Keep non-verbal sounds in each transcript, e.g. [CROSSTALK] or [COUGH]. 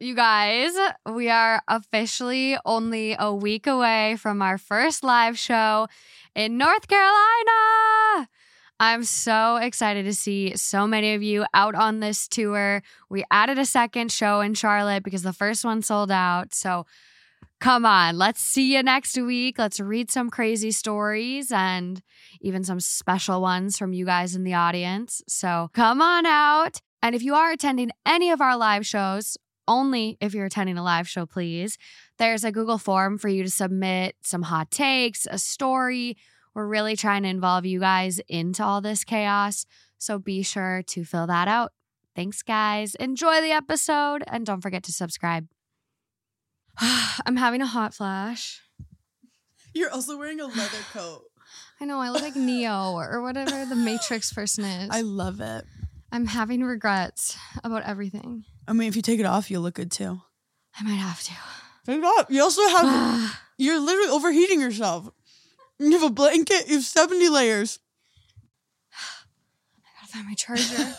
You guys, we are officially only a week away from our first live show in North Carolina. I'm so excited to see so many of you out on this tour. We added a second show in Charlotte because the first one sold out. So come on, let's see you next week. Let's read some crazy stories and even some special ones from you guys in the audience. So come on out. And if you are attending any of our live shows, only if you're attending a live show, please. There's a Google form for you to submit some hot takes, a story. We're really trying to involve you guys into all this chaos. So be sure to fill that out. Thanks, guys. Enjoy the episode and don't forget to subscribe. [SIGHS] I'm having a hot flash. You're also wearing a leather coat. I know I look [LAUGHS] like Neo or whatever the Matrix person is. I love it. I'm having regrets about everything. I mean, if you take it off, you'll look good too. I might have to. [SIGHS] Take it off. You also [SIGHS] have. you're literally overheating yourself. You have a blanket. You have seventy layers. I gotta find my charger.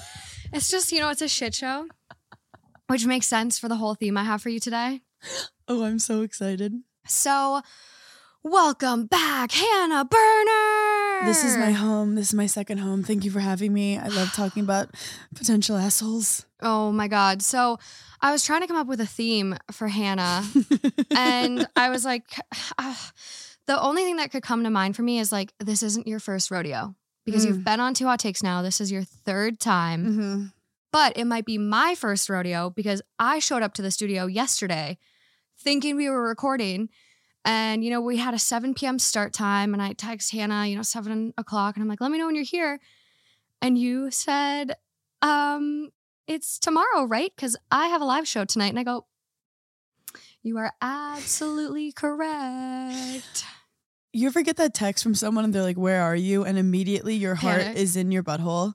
it's just, you know, it's a shit show, which makes sense for the whole theme I have for you today. Oh, I'm so excited. So, welcome back, Hannah Burner. This is my home. This is my second home. Thank you for having me. I love talking about potential assholes. Oh my God. So, I was trying to come up with a theme for Hannah, [LAUGHS] and I was like, ah, the only thing that could come to mind for me is like, this isn't your first rodeo because Mm. you've been on two hot takes now. This is your third time. Mhm. but it might be my first rodeo because I showed up to the studio yesterday thinking we were recording. And, you know, we had a 7 p.m. start time. And I text Hannah, you know, 7 o'clock. And I'm like, let me know when you're here. And you said, um, it's tomorrow, right? Because I have a live show tonight. And I go, you are absolutely correct. You ever get that text from someone and they're like, "Where are you?" and immediately your heart Panic. is in your butthole.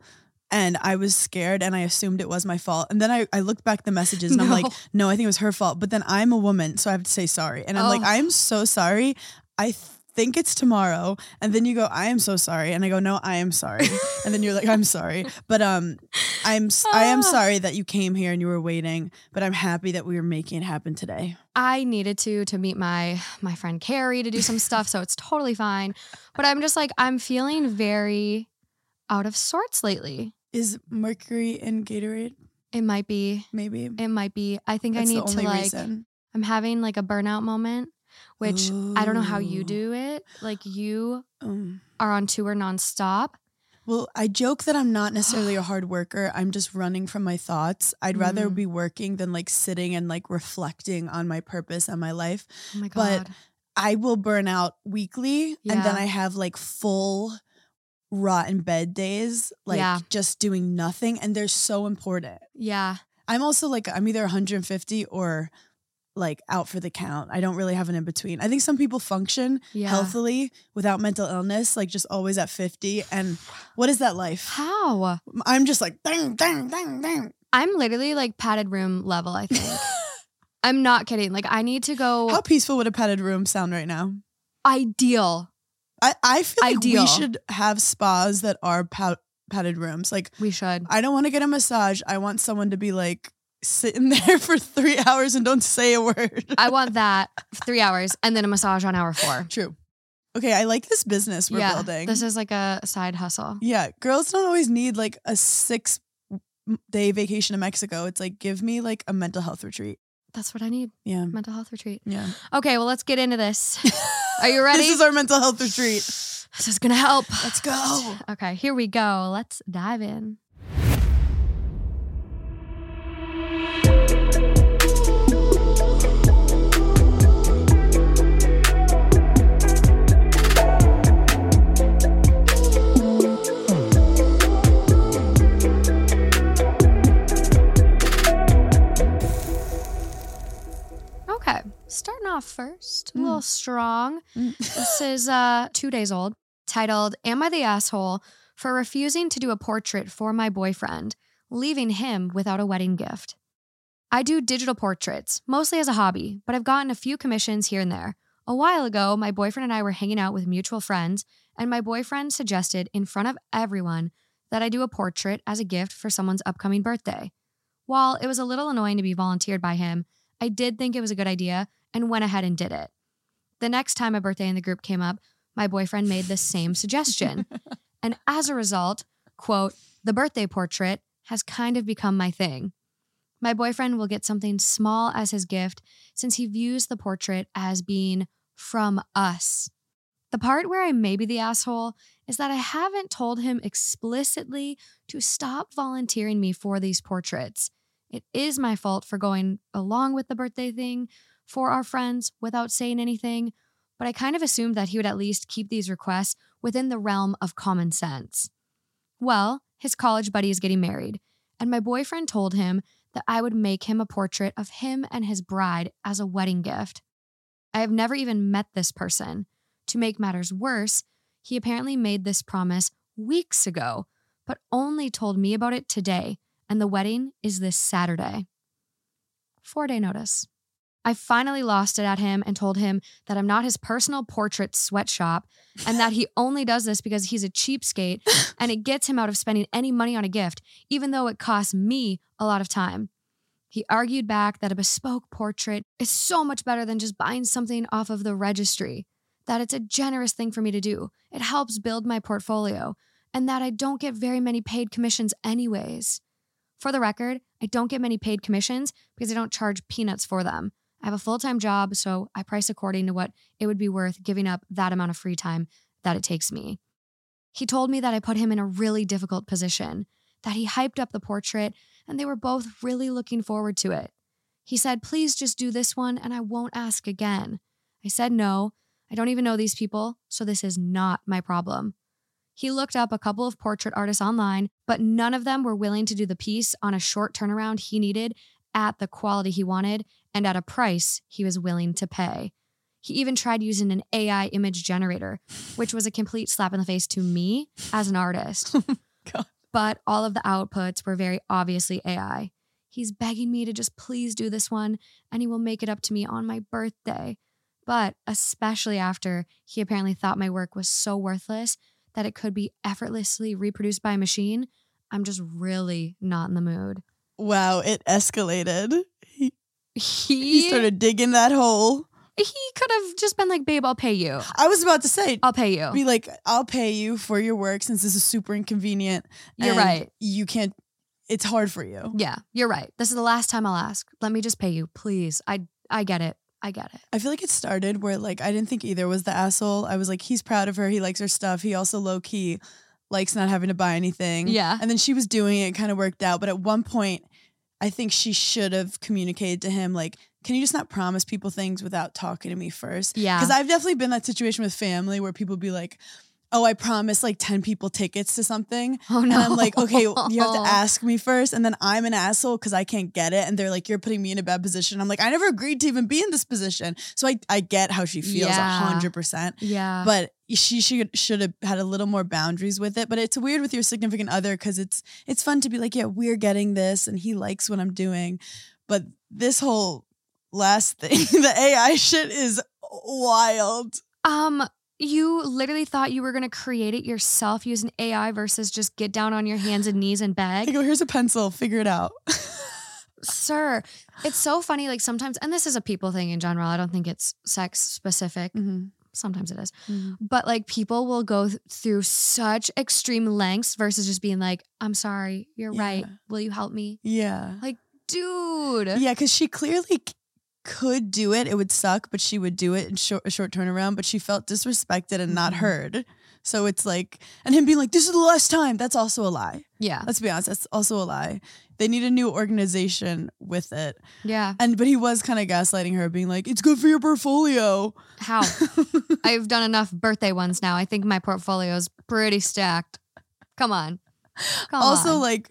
And I was scared and I assumed it was my fault. And then I, I looked back the messages and I'm like, No. no, I think it was her fault. But then I'm a woman, so I have to say sorry. And I'm like, Oh. I'm so sorry. I think it's tomorrow. And then you go, I am so sorry. And I go, no, I am sorry. and then you're like, I'm sorry. But um, I'm s- I am Ah. sorry that you came here and you were waiting. But I'm happy that we were making it happen today. I needed to to meet my my friend Carrie to do [LAUGHS] some stuff, so it's totally fine. But I'm just like I'm feeling very out of sorts lately. Is Mercury in Gatorade? It might be Maybe. it might be. I think That's I the need to only like reason. I'm having like a burnout moment, which I don't know how you Ooh. do it. Like you Um, are on tour nonstop. well, I joke that I'm not necessarily a hard worker. I'm just running from my thoughts. I'd rather Mm. be working than like sitting and like reflecting on my purpose and my life. Oh my But god. I will burn out weekly and then Yeah. I have like full rotten bed days, like Yeah. just doing nothing. And they're so important. yeah. I'm also like, I'm either 150 or like out for the count. I don't really have an in between. I think some people function Yeah. healthily without mental illness, like just always at 50. And what is that life? How? I'm just like, dang, dang, dang, dang. I'm literally like padded room level, I [LAUGHS] think. I'm not kidding. Like I need to go How peaceful would a padded room sound right now? ideal. I, I feel like Ideal. we should have spas that are pow- padded rooms. Like, We should. I don't want to get a massage. I want someone to be like sitting [LAUGHS] there for three hours and don't say a word. I want that three hours and then a massage on hour four. True. Okay, I like this business we're yeah, building. this is like a side hustle. yeah, girls don't always need like a six day vacation to Mexico. It's like, give me like a mental health retreat. That's what I need. Yeah. Mental health retreat. Yeah. Okay, well, let's get into this. [LAUGHS] Are you ready? This is our mental health retreat. This is gonna help. Let's go. [SIGHS] Okay, here we go. Let's dive in. Okay, starting off first, a Mm. little strong. Mm. This is uh, two days old, titled Am I the Asshole for Refusing to Do a Portrait for My Boyfriend, Leaving Him Without a Wedding Gift? I do digital portraits, mostly as a hobby, but I've gotten a few commissions here and there. A while ago, my boyfriend and I were hanging out with mutual friends, and my boyfriend suggested in front of everyone that I do a portrait as a gift for someone's upcoming birthday. While it was a little annoying to be volunteered by him, I did think it was a good idea and went ahead and did it. The next time a birthday in the group came up, my boyfriend made the same suggestion. and as a result, quote, the birthday portrait has kind of become my thing. My boyfriend will get something small as his gift since he views the portrait as being from us. The part where I may be the asshole is that I haven't told him explicitly to stop volunteering me for these portraits. It is my fault for going along with the birthday thing for our friends without saying anything, but I kind of assumed that he would at least keep these requests within the realm of common sense. Well, his college buddy is getting married, and my boyfriend told him that I would make him a portrait of him and his bride as a wedding gift. I have never even met this person. To make matters worse, he apparently made this promise weeks ago, but only told me about it today, and the wedding is this Saturday. Four day notice. I finally lost it at him and told him that I'm not his personal portrait sweatshop and that he only does this because he's a cheapskate and it gets him out of spending any money on a gift, even though it costs me a lot of time. He argued back that a bespoke portrait is so much better than just buying something off of the registry, that it's a generous thing for me to do. It helps build my portfolio, and that I don't get very many paid commissions, anyways. For the record, I don't get many paid commissions because I don't charge peanuts for them. I have a full time job, so I price according to what it would be worth giving up that amount of free time that it takes me. He told me that I put him in a really difficult position, that he hyped up the portrait, and they were both really looking forward to it. He said, Please just do this one and I won't ask again. I said, No, I don't even know these people, so this is not my problem. He looked up a couple of portrait artists online, but none of them were willing to do the piece on a short turnaround he needed at the quality he wanted and at a price he was willing to pay. He even tried using an AI image generator, which was a complete slap in the face to me as an [LAUGHS] artist. Oh God. But all of the outputs were very obviously AI. He's begging me to just please do this one and he will make it up to me on my birthday. But especially after he apparently thought my work was so worthless that it could be effortlessly reproduced by a machine, I'm just really not in the [LAUGHS] mood. Wow, it escalated. He, He he started digging that hole. he could have just been like, babe, I'll pay you. I was about to say, I'll pay you. be like, I'll pay you for your work since this is super inconvenient. You're and right. You can't, it's hard for you. Yeah, you're right. This is the last time I'll ask. Let me just pay you, please. I I get it. I get it. I feel like it started where like I didn't think either was the asshole. I was like, he's proud of her. He likes her stuff. He also low key likes not having to buy anything. Yeah. And then she was doing it, it kind of worked out. But at one point, I think she should have communicated to him like, can you just not promise people things without talking to me first? Yeah. Because I've definitely been in that situation with family where people be like, oh, I promised like 10 people tickets to something. [LAUGHS] Oh no. And I'm like, okay, you [LAUGHS] have to ask me first. And then I'm an asshole because I can't get it. And they're like, you're putting me in a bad position. I'm like, I never agreed to even be in this position. So I, I get how she feels a Yeah. 100%. Yeah. But she, she should have had a little more boundaries with it. But it's weird with your significant other because it's it's fun to be like, yeah, we're getting this and he likes what I'm doing. But this whole last thing, [LAUGHS] the AI shit is wild. um you literally thought you were gonna create it yourself using AI versus just get down on your hands and knees and beg. [LAUGHS] I go, here's a pencil, figure it out. [LAUGHS] Sir, it's so funny. Like sometimes, and this is a people thing in general. I don't think it's sex specific. Mm. Mm-hmm, Sometimes it is. but like people will go th- through such extreme lengths versus just being like, I'm sorry, you're right. Yeah. Will you help me? Yeah. Dude. Yeah, because she clearly c- could do it. It would suck, but she would do it in short, a short turnaround. But she felt disrespected and not Mhm. heard. So it's like, and him being like, "This is the last time." That's also a lie. Yeah. Let's be honest. That's also a lie. They need a new organization with it. Yeah. And but he was kind of gaslighting her, being like, "It's good for your portfolio." [LAUGHS] How? I've done enough birthday ones now. I think my portfolio's pretty stacked. Come on. Come also, on. like,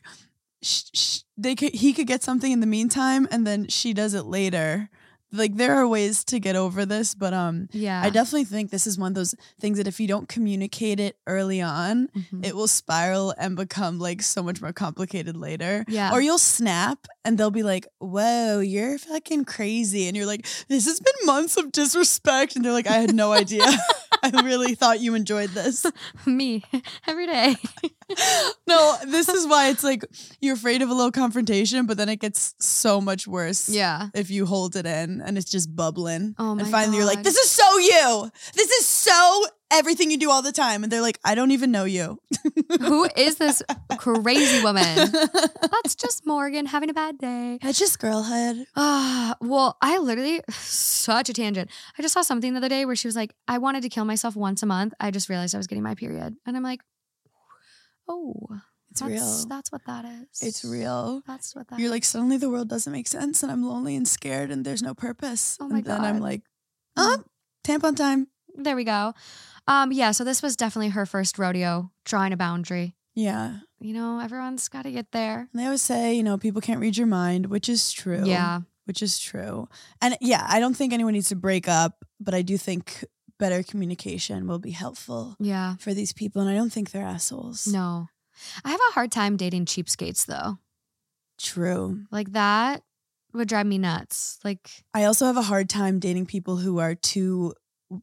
sh- sh- they could he could get something in the meantime, and then she does it later. like there are ways to get over this, but um Yeah. I definitely think this is one of those things that if you don't communicate it early on, Mhm. it will spiral and become like so much more complicated later. Yeah. Or you'll snap and they'll be like, Whoa, you're fucking crazy. And you're like, This has been months of disrespect. And they're like, I had no [LAUGHS] idea. I really thought you enjoyed this. [LAUGHS] Me [LAUGHS] every day. No, this is why it's like you're afraid of a little confrontation, but then it gets so much worse. yeah. If you hold it in and it's just bubbling. Oh and my finally you're like, God. This is so you. This is so everything you do all the time. And they're like, I don't even know you. Who is [LAUGHS] this crazy woman? That's just Morgan having a bad day. That's just girlhood. Ah, well, I literally [SIGHS] such a tangent. I just saw something the other day where she was like, "I wanted to kill myself once a month. I just realized I was getting my period." And I'm like, "Oh, It's that's, real. That's what that is. It's real. That's what that You're like suddenly the world doesn't make sense, and I'm lonely and scared, and there's no purpose. Oh my and then I'm God. Mm-hmm. like, oh, tampon time. There we go. Um, yeah, so this was definitely her first rodeo drawing a boundary. Yeah. And You know, everyone's got to get there. they always say, you know, people can't read your mind, which is true. Yeah. Which is true. And yeah, I don't think anyone needs to break up, but I do think better communication will be helpful Yeah. for these people, and I don't think they're assholes. No. I have a hard time dating cheapskates though. True. Like that would drive me nuts. Like [LAUGHS] I also have a hard time dating people who are too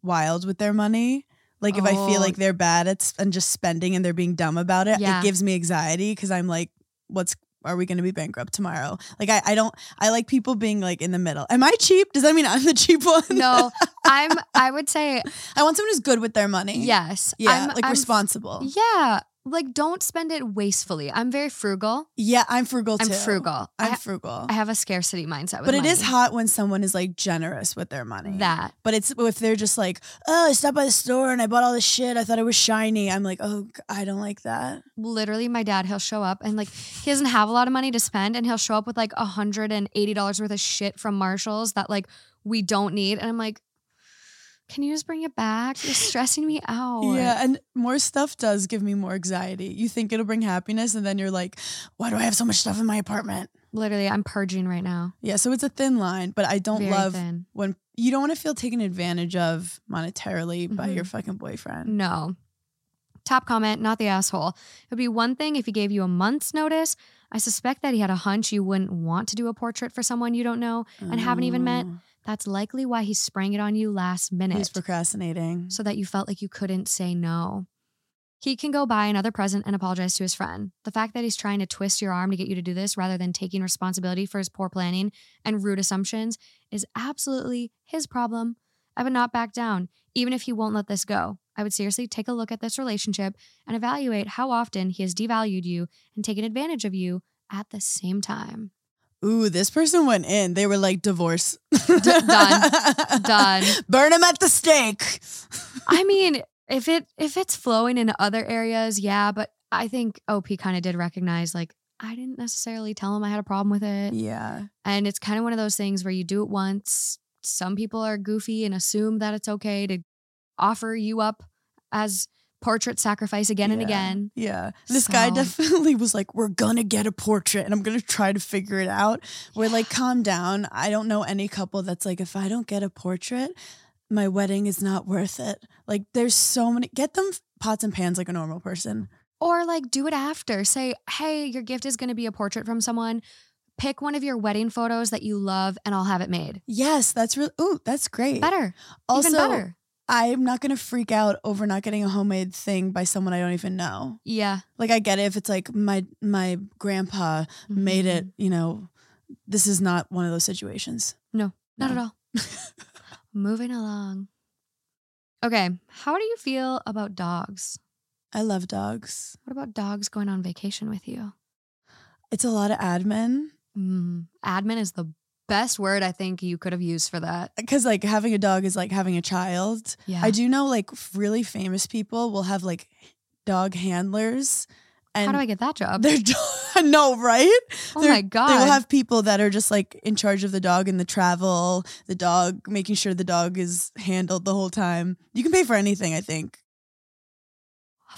wild with their money. Like if I feel Oh. like they're bad at s- and just spending and they're being dumb about it, Yeah. it gives me anxiety because I'm like, what's are we going to be bankrupt tomorrow? Like I, I don't I like people being like in the middle. Am I cheap? Does that mean I'm the [LAUGHS] cheap one? no, I'm I would say I want someone who's good with their money. yes. yeah, I'm, like I'm- responsible. Yeah. Like don't spend it wastefully. I'm very frugal. yeah, I'm frugal I'm too. frugal. I, I'm ha- frugal. I have a scarcity mindset with but it is money. hot when someone is like generous with their money. that. But it's if they're just like, oh, I stopped by the store and I bought all this shit. I thought it was shiny. I'm like, oh, g- I don't like that. literally my dad he'll show up and like he doesn't have a lot of money to spend and he'll show up with like $180 worth of shit from marshalls that like we don't need and i'm like can you just bring it back [LAUGHS] you're stressing me out Yeah, and more stuff does give me more anxiety. You think it'll bring happiness, and then you're like, why do I have so much stuff in my apartment? literally i'm purging right now Yeah, so it's a thin line, but I don't Very love thin. when you don't want to feel taken advantage of monetarily by Mhm. your fucking boyfriend. no top comment not the asshole it would be one thing if he gave you a month's notice i suspect that he had a hunch you wouldn't want to do a portrait for someone you don't know and haven't even met. Oh, that's likely why he sprang it on you last minute He's procrastinating. so that you felt like you couldn't say no. He can go buy another present and apologize to his friend. The fact that he's trying to twist your arm to get you to do this rather than taking responsibility for his poor planning and rude assumptions is absolutely his problem. I would not back down, even if he won't let this go. I would seriously take a look at this relationship and evaluate how often he has devalued you and taken advantage of you at the same time. Ooh, this person went in. They were like, divorce. [LAUGHS] done. Done. Burn him at the stake. I mean, if it if it's flowing in other areas, yeah, but I think OP kind of did recognize like I didn't necessarily tell him I had a problem with it. Yeah. And it's kind of one of those things where you do it once. Some people are goofy and assume that it's okay to offer you up as portrait sacrifice again and Yeah. again. Yeah. This guy So- definitely was like, We're gonna get a portrait and I'm gonna try to figure it out. We're like, calm down. I don't know any couple that's like, if I don't get a portrait, my wedding is not worth it. Like there's so many get them pots and pans like a normal person. Or like do it after. Say, "Hey, your gift is going to be a portrait from someone. Pick one of your wedding photos that you love and I'll have it made." Yes, that's really ooh, that's great. Better. also even better. I'm not gonna freak out over not getting a homemade thing by someone I don't even know. Yeah. Like I get it if it's like my my grandpa made Mhm. it, you know, this is not one of those situations. Not No. at all. [LAUGHS] Moving along. Okay, how do you feel about dogs? I love dogs. What about dogs going on vacation with you? It's a lot of admin Mm, admin is the best word I think you could have used for that. because like having a dog is like having a child. Yeah. I do know like really famous people will have like dog handlers and how [LAUGHS] do I get that [LAUGHS] job? their dog. no, right? Oh they're- my god. They will have people that are just like in charge of the dog and the travel, the dog, making sure the dog is handled the whole time. You can pay for anything, I think.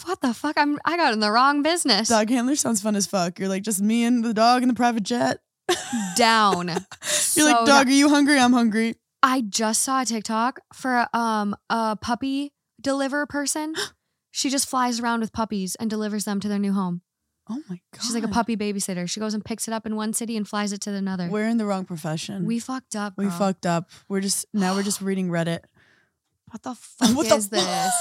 what the fuck? I'm I got in the wrong business. [LAUGHS] Dog handler sounds fun as fuck. You're like just me and the dog and the private jet. down. [LAUGHS] You're So like, dog, are you hungry? I'm hungry. I just saw a TikTok for um a puppy deliver [GASPS] person. she just flies around with puppies and delivers them to their new home. Oh my god. She's like a puppy babysitter. She goes and picks it up in one city and flies it to another. We're in the wrong profession. we fucked up. we bro. fucked up. We're just now we're [GASPS] just reading Reddit. What the fuck [LAUGHS] what is the this?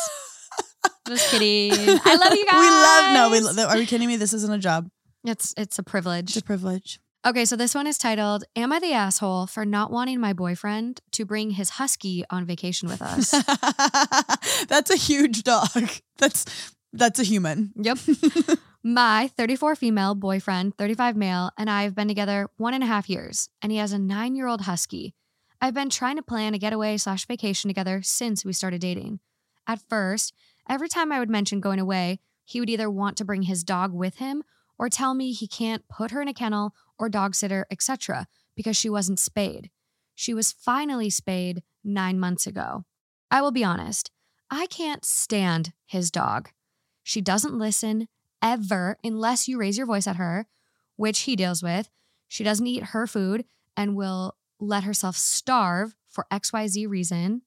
Just [LAUGHS] kidding. I love you guys. We love no, we love are you kidding me? This isn't a job. It's it's a privilege. It's a privilege. Okay, so this one is titled Am I the Asshole for Not Wanting My Boyfriend to Bring His Husky on Vacation with [LAUGHS] Us? [LAUGHS] that's a huge dog. [LAUGHS] That's that's a human. [LAUGHS] yep. My 34 female boyfriend, 35 male, and I have been together one and a half years, and he has a nine year old husky. I've been trying to plan a getaway slash vacation together since we started dating. At first, every time I would mention going away, he would either want to bring his dog with him or tell me he can't put her in a kennel or dog sitter, etc., because she wasn't spayed. She was finally spayed nine months ago. I will be honest, I can't stand his dog. She doesn't listen ever unless you raise your voice at her, which he deals with. She doesn't eat her food and will let herself starve for XYZ reason.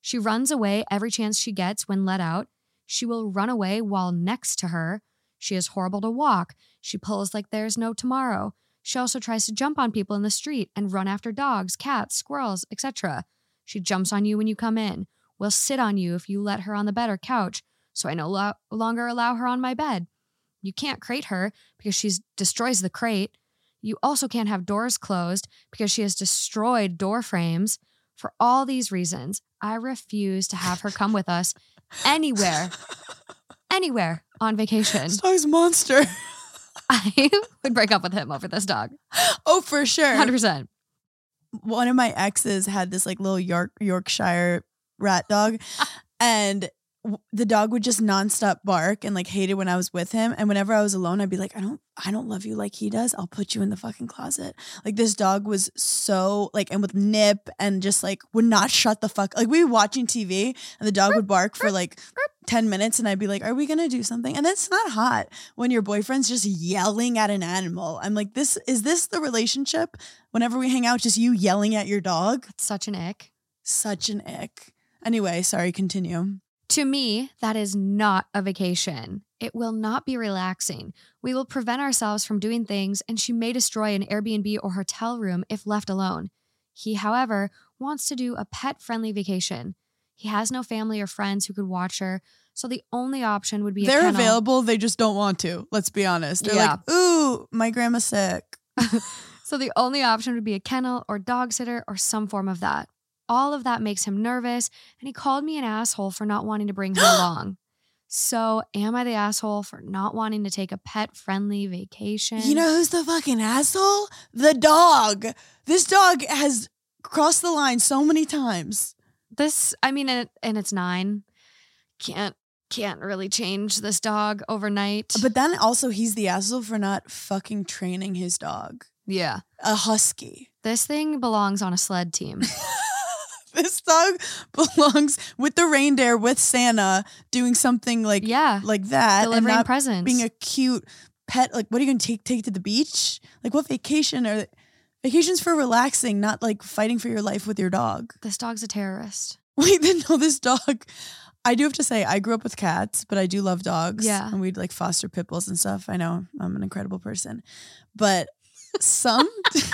She runs away every chance she gets when let out. She will run away while next to her. She is horrible to walk. She pulls like there's no tomorrow. She also tries to jump on people in the street and run after dogs, cats, squirrels, etc. She jumps on you when you come in. Will sit on you if you let her on the bed or couch, so I no lo- longer allow her on my bed. You can't crate her because she destroys the crate. You also can't have doors closed because she has destroyed door frames. For all these reasons, I refuse to have her come with us anywhere, anywhere on vacation. [LAUGHS] [LAUGHS] This dog's a monster. I would break up with him over this dog. oh, for sure. 100%. one of my exes had this like little York Yorkshire rat dog, and w- the dog would just nonstop bark and like hated when I was with him. And whenever I was alone, I'd be like, I don't, I don't love you like he does. I'll put you in the fucking closet. Like this dog was so like, and with nip and just like would not shut the fuck. Like we were watching TV and the dog would bark for like ten minutes, and I'd be like, Are we gonna do something? And that's not hot when your boyfriend's just yelling at an animal. I'm like, this is this the relationship? Whenever we hang out, just you yelling at your dog? Such an ick. Such an ick. Anyway, sorry, continue. To me, that is not a vacation. It will not be relaxing. We will prevent ourselves from doing things, and she may destroy an Airbnb or hotel room if left alone. He, however, wants to do a pet friendly vacation. He has no family or friends who could watch her, so the only option would be a They're kennel. available, they just don't want to. Let's be honest. They're like, ooh, my grandma's sick. So the only option would be a kennel or dog sitter or some form of that. All of that makes him nervous, and he called me an asshole for not wanting to bring [GASPS] her along. So, am I the asshole for not wanting to take a pet friendly vacation? You know who's the fucking asshole? The dog. This dog has crossed the line so many times. this, I mean, and, and it's nine. Can't can't really change this dog overnight. But then also, he's the asshole for not fucking training his dog, yeah, a husky. [LAUGHS] this thing belongs on a sled team. this dog [LAUGHS] belongs with the reindeer with Santa doing something [LAUGHS] like yeah, like that and delivering not presents. being a cute pet like what are you gonna take take to the beach like what vacation are vacations for relaxing not like fighting for your life with your dog [LAUGHS] this dog's a terrorist. wait then no this dog I do have to say I grew up with cats but I do love dogs Yeah. and we'd like foster pit bulls and stuff I know I'm an incredible person but some [LAUGHS]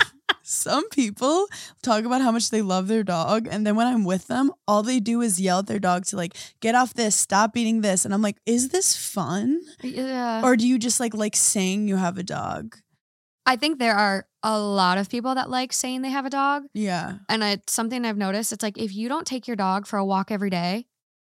some people talk about how much they love their dog and then when i'm with them all they do is yell at their dog to like get off this stop eating this and i'm like is this fun Yeah. or do you just like like saying you have a dog I think there are a lot of people that like saying they have a dog. yeah And it's something I've noticed. It's like if you don't take your dog for a walk every day,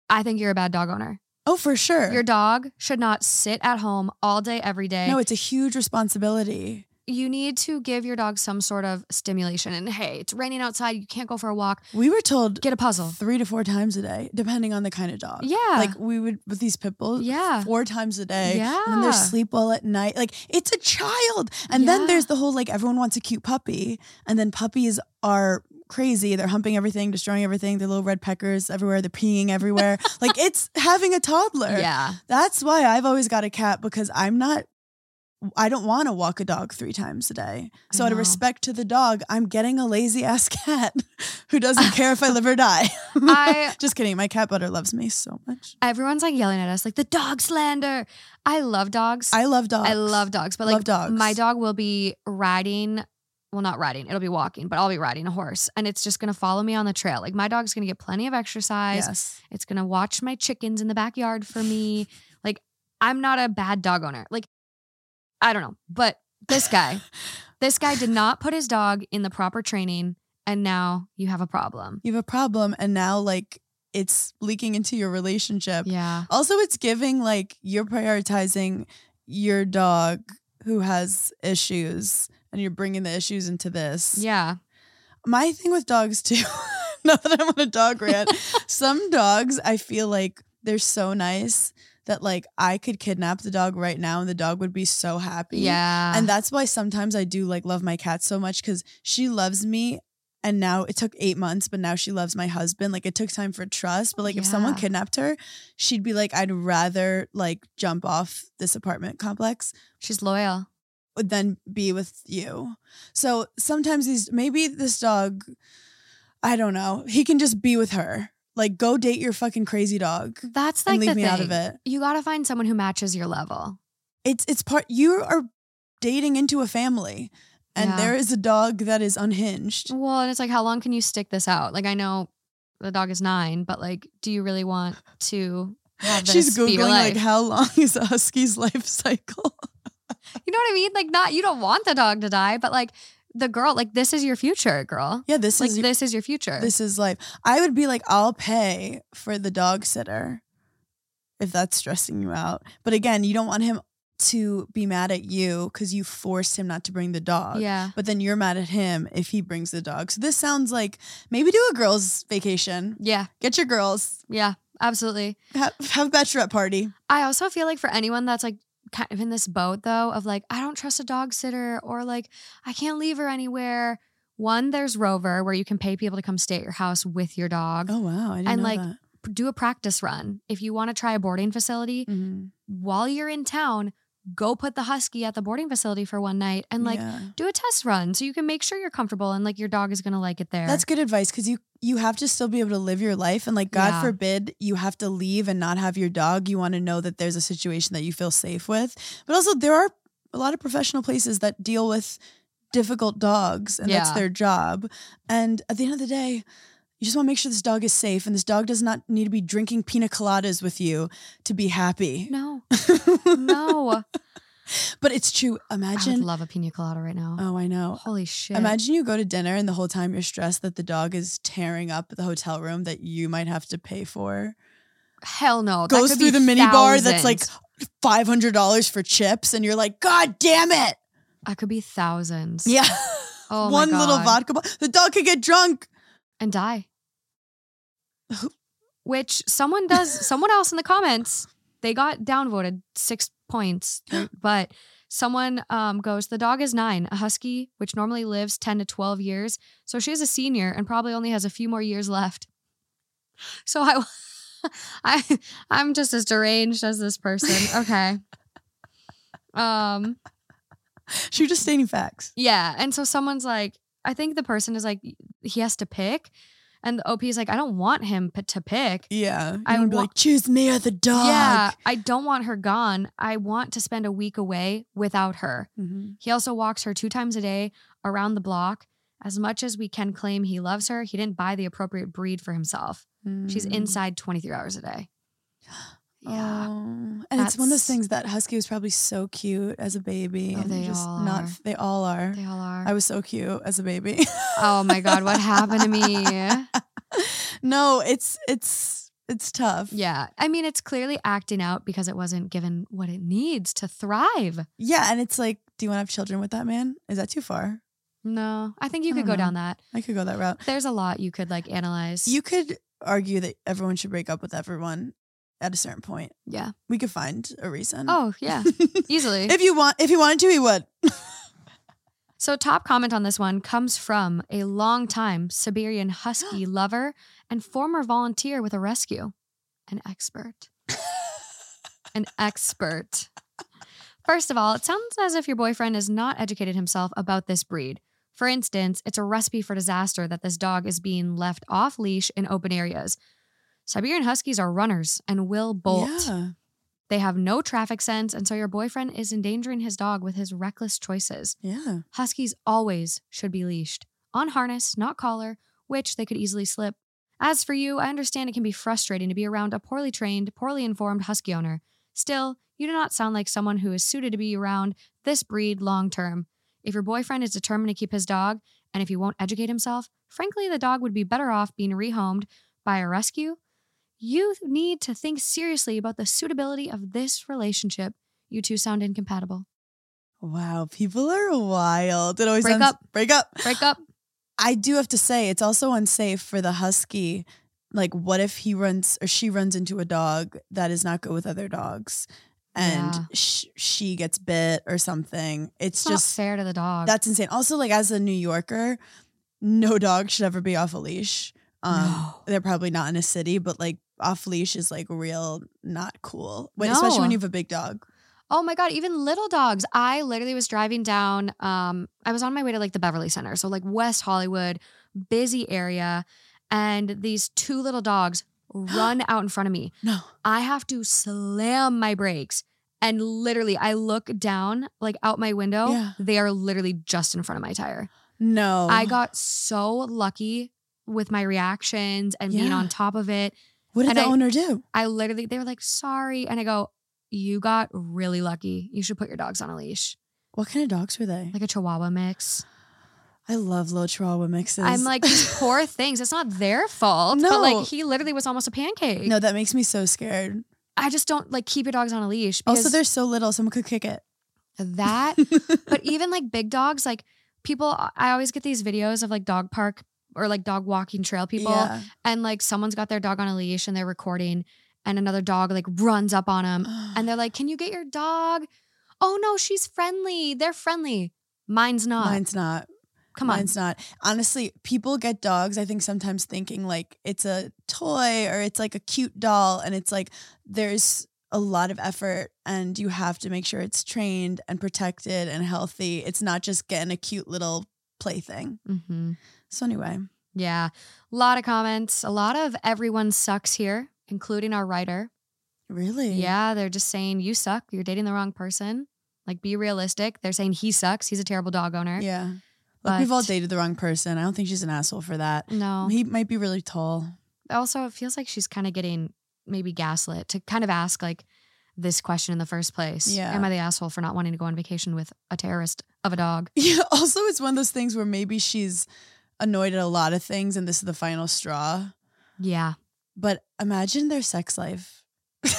I think you're a bad dog owner. oh for sure Your dog should not sit at home all day, every day. no it's a huge responsibility you need to give your dog some sort of stimulation. And hey, it's raining outside. You can't go for a walk. we were told Get a puzzle. three to four times a day depending on the kind of dog Oh. Yeah. like we would with these pit bulls yeah. four times a day and then Yeah. there's sleep well at night like it's a child and then Yeah. there's the whole like everyone wants a cute puppy and then puppies are crazy they're humping everything destroying everything they're little red peckers everywhere they're [LAUGHS] peeing everywhere like it's having a toddler Yeah. That's why I've always got a cat because I'm not I don't want to walk a dog three times a day. So out of know. respect to the dog, I'm getting a lazy ass [LAUGHS] cat who doesn't care if I live or die. I- [LAUGHS] just kidding. My cat butter loves me so much. Everyone's like yelling at us, like the dog slander. I love dogs. I love dogs. I love dogs, but Love like dogs. my dog will be riding. Well, not riding. It'll be walking, but I'll be riding a horse, and it's just gonna follow me on the trail. Like my dog's gonna get plenty of exercise. Yes. It's gonna watch my chickens in the backyard for me. Like I'm not a bad dog owner. Like I don't know, but this guy, this guy did not put his dog in the proper training, and now you have a problem. You have a problem and now like it's leaking into your relationship. Yeah, Also, it's giving like you're prioritizing your dog who has issues and you're bringing the issues into this. yeah. My thing with dogs too, [LAUGHS] now that I'm on a dog rant, some dogs I feel like they're so nice that like I could kidnap the dog right now and the dog would be so happy. Yeah. And that's why sometimes I do like love my cat so much because she loves me. And now it took eight months, but now she loves my husband. Like it took time for trust. But like if someone Yeah. kidnapped her, she'd be like, I'd rather like jump off this apartment complex She's loyal. would then be with you. So sometimes these maybe this dog, I don't know, he can just be with her. Like go date your fucking crazy dog. That's like And the leave me thing. out of it. You gotta find someone who matches your level. It's it's part you are dating into a family and Yeah. there is a dog that is unhinged. Well, and it's like, how long can you stick this out? Like, I know the dog is nine, but like, do you really want to have this [LAUGHS] She's be your googling life? like how long is a husky's [LAUGHS] life cycle? you know what I mean? Like, not you don't want the dog to die, but like the girl, like this is your future, girl. Yeah, this like is this is your future. this is life. I would be like I'll pay for the dog sitter if that's stressing you out. But again, you don't want him to be mad at you cuz you forced him not to bring the dog. yeah, But then you're mad at him if he brings the dog. So this sounds like maybe do a girls vacation. yeah, Get your girls. yeah, absolutely. Have, have a bachelorette party. I also feel like for anyone that's like kind of in this boat though of like I don't trust a dog sitter or like I can't leave her anywhere. One, there's Rover where you can pay people to come stay at your house with your dog. Oh wow, I didn't And, know like, that. do a practice run. If you want to try a boarding facility Mhm. while you're in town, go put the husky at the boarding facility for one night and like Yeah. do a test run so you can make sure you're comfortable and like your dog is going to like it there. That's good advice because you you have to still be able to live your life, and like God Yeah. forbid you have to leave and not have your dog. You want to know that there's a situation that you feel safe with, but also there are a lot of professional places that deal with difficult dogs, and that's Yeah. their job. And at the end of the day. You just want to make sure this dog is safe, and this dog does not need to be drinking pina coladas with you to be happy. No. No. [LAUGHS] but it's true. I would Imagine. love a pina colada right now. oh, I know. Holy shit. Imagine you go to dinner and the whole time you're stressed that the dog is tearing up the hotel room that you might have to pay for. Hell no. that Goes could through be the mini bar that's like thousands. five hundred dollars for chips, and you're like, God damn it! I could be thousands. [LAUGHS] Yeah, Oh one my little God. vodka. Bo- the dog could get drunk. and die. Which someone does, someone else in the comments, they got downvoted six points, but someone um, goes, the dog is nine, a husky, which normally lives 10 to 12 years. So she is a senior and probably only has a few more years left. [LAUGHS] So I, [LAUGHS] I, I'm just as deranged as this person. Okay. Um, She was just stating facts. yeah. And so someone's like, I think the person is like, he has to pick. And the OP is like, I don't want him p- to pick. Yeah, you I would be wa- like, choose me or the dog. Yeah. I don't want her gone. I want to spend a week away without her. Mhm. He also walks her two times a day around the block. As much as we can claim he loves her, he didn't buy the appropriate breed for himself. She's Mm. inside 23 hours a [GASPS] day. Yeah. Oh, and it's one of those That's- things that Husky was probably so cute as a baby. Oh, and they just all not are. they all are. They all I are. was so cute as a baby. Oh my God, [LAUGHS] what happened to me? no, it's it's it's tough. Yeah. I mean, it's clearly acting out because it wasn't given what it needs to thrive. Yeah, and it's like, do you want to have children with that man? Is that too far? No, I think you I could don't go know. down that. I could go that route. There's a lot you could like analyze. You could argue that everyone should break up with everyone at a certain point. [LAUGHS] yeah. We could find a reason. [LAUGHS] Oh, yeah. Easily. if you want, if he wanted to, he would. so, top comment on this one comes from a longtime Siberian husky lover and former volunteer with a rescue, an expert. an expert. First of all, it sounds as if your boyfriend has not educated himself about this breed. For instance, it's a recipe for disaster that this dog is being left off leash in open areas. Siberian Huskies are runners and will bolt. Yeah. They have no traffic sense, and so your boyfriend is endangering his dog with his reckless choices. Yeah. Huskies always should be leashed, on harness, not collar, which they could easily slip. As for you, I understand it can be frustrating to be around a poorly trained, poorly informed husky owner. Still, you do not sound like someone who is suited to be around this breed long term. If your boyfriend is determined to keep his dog, and if he won't educate himself, frankly, the dog would be better off being rehomed by a rescue. You need to think seriously about the suitability of this relationship. You two sound incompatible. Wow. People are wild. It always Break sounds- up. Break up. Break up. I do have to say, it's also unsafe for the husky. Like, what if he runs or she runs into a dog that is not good with other dogs, and Yeah. sh- she gets bit or something? It's, It's just not fair to the dog. that's insane. Also, like as a New Yorker, no dog should ever be off a leash. Um, No. They're probably not in a city, but like off leash is like real not cool, when, No. especially when you have a big dog. Oh my god, even little dogs. I literally was driving down um I was on my way to like the Beverly Center, so like West Hollywood, busy area, and these two little dogs [GASPS] run out in front of me. No, I have to slam my brakes and literally I look down like out my window. Yeah. Oh. They are literally just in front of my tire. no, I got so lucky with my reactions and being Yeah. on top of it. What did and the I- owner do? I literally, they were like, sorry. And I go, you got really lucky. You should put your dogs on a leash, What kind of dogs were they? like a Chihuahua mix. I love little Chihuahua mixes. I'm like, [LAUGHS] these [LAUGHS] poor things. It's not their fault. But No. like, he literally was almost a pancake. No, that makes me so scared. I just don't like keep your dogs on a leash. Also, because they're so little, someone could kick it. [LAUGHS] that. but even like big dogs, like people, I always get these videos of like dog park or like dog walking trail people. Yeah. And like someone's got their dog on a leash and they're recording, and another dog like runs up on Uh-huh. them. and they're like, "Can you get your dog?" Oh no, she's friendly. They're friendly. Mine's not. mine's not. Come on. mine's not. Honestly, people get dogs. I think sometimes thinking like it's a toy or it's like a cute doll, and it's like there's a lot of effort, and you have to make sure it's trained and protected and healthy. It's not just getting a cute little plaything. hmm So anyway, Yeah, a lot of comments. A lot of everyone sucks here, including our writer. really, Yeah, they're just saying you suck. You're dating the wrong person. Like, be realistic. They're saying he sucks. He's a terrible dog owner. yeah. Look, we've all But- dated the wrong person. I don't think she's an asshole for that. No. He might be really tall. also, it feels like she's kind of getting maybe gaslit to kind of ask like this question in the first place. Yeah. Am I the asshole for not wanting to go on vacation with a terrorist of a dog? Yeah. [LAUGHS] Also, it's one of those things where maybe she's annoyed at a lot of things, and this is the final straw. Yeah. But imagine their sex life. [LAUGHS]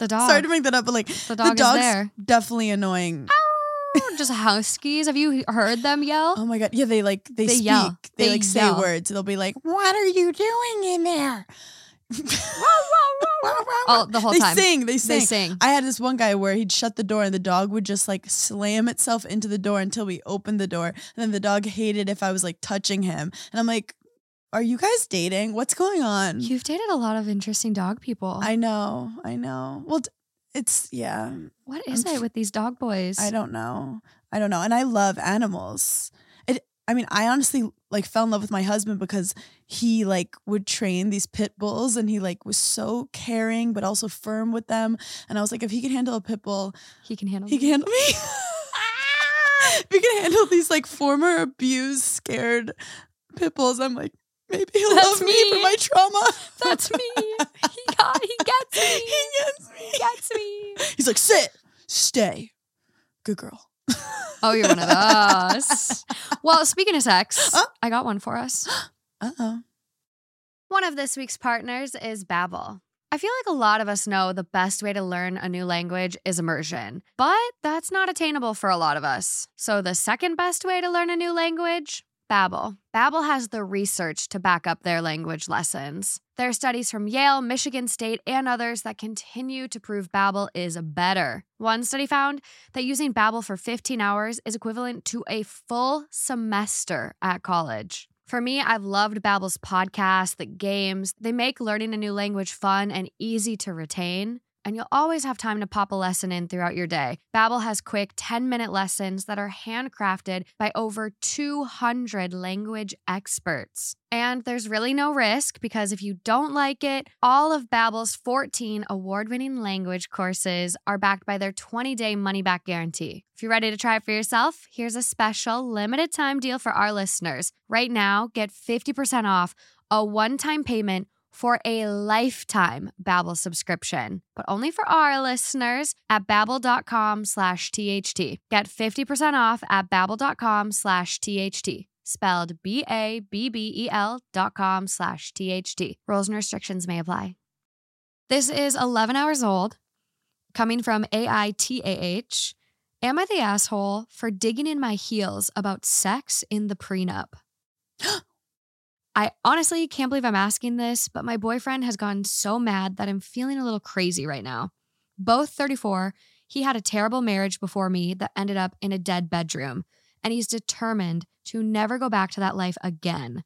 The dog. Sorry to make that up, but like the dog the is dog's [LAUGHS] there. definitely annoying. just huskies. Have you heard them yell? Oh my god! Yeah, they like they, They speak. yell. They, They like yell. say words. They'll be like, "What are you doing in there?" All- the whole [LAUGHS] Oh, they time. Sing, they sing. They sing. I had this one guy where he'd shut the door and the dog would just like slam itself into the door until we opened the door. And then the dog hated if I was like touching him. And I'm like, are you guys dating? What's going on? You've dated a lot of interesting dog people. I know. I know. Well, t- it's, yeah, what is I'm- it with these dog boys? I don't know. I don't know. And I love animals. It, I mean, I honestly like fell in love with my husband because he like would train these pit bulls and he like was so caring but also firm with them. And I was like, if he could handle a pit bull, He can handle. [LAUGHS] He can handle [LAUGHS] me. we can handle these like former abused, scared pit bulls. I'm like, maybe he'll That's love me. for me. my trauma. That's me. He got. He gets [LAUGHS] he me. gets me. He gets me. [LAUGHS] He's like, sit, stay, good girl. Oh, you're [LAUGHS] one of us. Well, speaking of sex, Oh. I got one for us. Uh oh. One of this week's partners is Babbel. I feel like a lot of us know the best way to learn a new language is immersion, but that's not attainable for a lot of us. So the second best way to learn a new language, Babbel. Babbel has the research to back up their language lessons. There are studies from Yale, Michigan State, and others that continue to prove Babbel is better. One study found that using Babbel for 15 hours is equivalent to a full semester at college. For me, I've loved Babbel's podcast, the games. They make learning a new language fun and easy to retain. and you'll always have time to pop a lesson in throughout your day. Babbel has quick 10-minute lessons that are handcrafted by over 200 language experts. And there's really no risk because if you don't like it, all of Babbel's 14 award-winning language courses are backed by their 20-day money-back guarantee. If you're ready to try it for yourself, here's a special limited time deal for our listeners. Right now, get 50% off a one-time payment for a lifetime Babbel subscription, but only for our listeners at babbel.com slash THT. Get 50% off at babbel.com slash THT, spelled B-A-B-B-E-L E dot com slash THT. Rules and restrictions may apply. This is 11 hours old, coming from AITAH. Am I the asshole for digging in my heels about sex in the prenup? I honestly can't believe I'm asking this, but my boyfriend has gotten so mad that I'm feeling a little crazy right now. Both 34, he had a terrible marriage before me that ended up in a dead bedroom, and he's determined to never go back to that life again.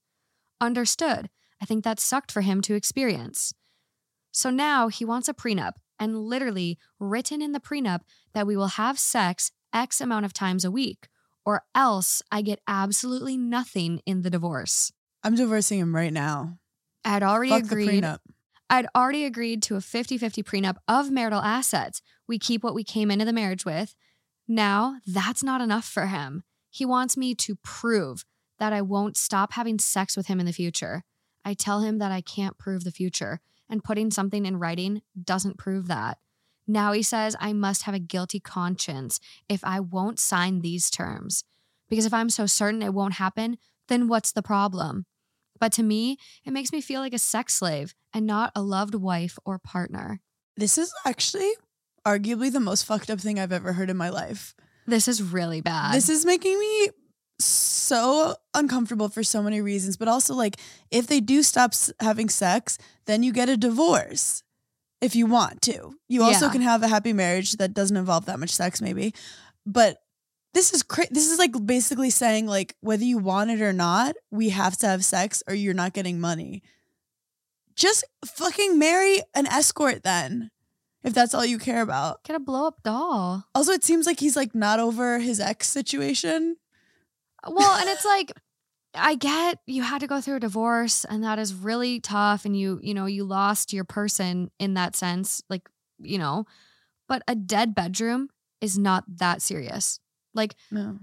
Understood. I think that sucked for him to experience. So now he wants a prenup, and literally written in the prenup that we will have sex X amount of times a week, or else I get absolutely nothing in the divorce. I'm divorcing him right now. I had already Fuck the agreed. prenup. I'd already agreed to a 50 50 prenup of marital assets. We keep what we came into the marriage with. Now, that's not enough for him. He wants me to prove that I won't stop having sex with him in the future. I tell him that I can't prove the future, and putting something in writing doesn't prove that. Now he says I must have a guilty conscience if I won't sign these terms. Because if I'm so certain it won't happen, then what's the problem? But to me, it makes me feel like a sex slave and not a loved wife or partner. This is actually arguably the most fucked up thing I've ever heard in my life. This is really bad. This is making me so uncomfortable for so many reasons, but also like if they do stop s- having sex, then you get a divorce if you want to. You also Yeah. can have a happy marriage that doesn't involve that much sex maybe. But this is cra- this is like basically saying like whether you want it or not, we have to have sex or you're not getting money. Just fucking marry an escort then. If that's all you care about. get a blow up doll. Also, it seems like he's like not over his ex situation. Well, and it's like I get you had to go through a divorce and that is really tough and you, you know, you lost your person in that sense, like, you know, but a dead bedroom is not that serious. Like No.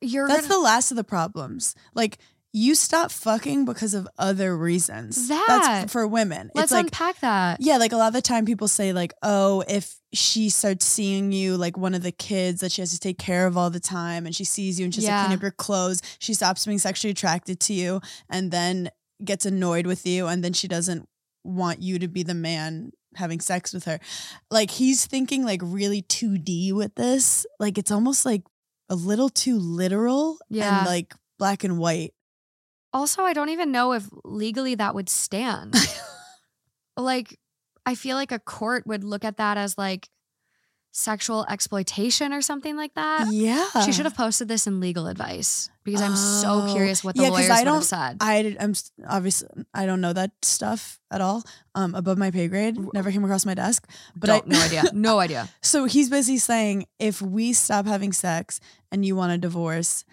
you're That's gonna- the last of the problems. Like you stop fucking because of other reasons. That. That's for women. let's it's like unpack that. yeah, like a lot of the time people say like, "Oh, if she starts seeing you like one of the kids that she has to take care of all the time and she sees you and she has Yeah. to clean up your clothes, she stops being sexually attracted to you and then gets annoyed with you and then she doesn't want you to be the man having sex with her." Like he's thinking like really 2D with this. Like it's almost like a little too literal Yeah. and like black and white. Also, I don't even know if legally that would [LAUGHS] stand. like, I feel like a court would look at that as like sexual exploitation or something like that. yeah. Uh, She should have posted this in legal advice because I'm so Oh. curious what the Yeah, 'cause lawyers I would don't- have said. I am obviously I don't know that stuff at all. Um, above my pay grade, never came across my desk. But don't, I, no [LAUGHS] idea. No idea. so he's busy saying, if we stop having sex and you want a divorce,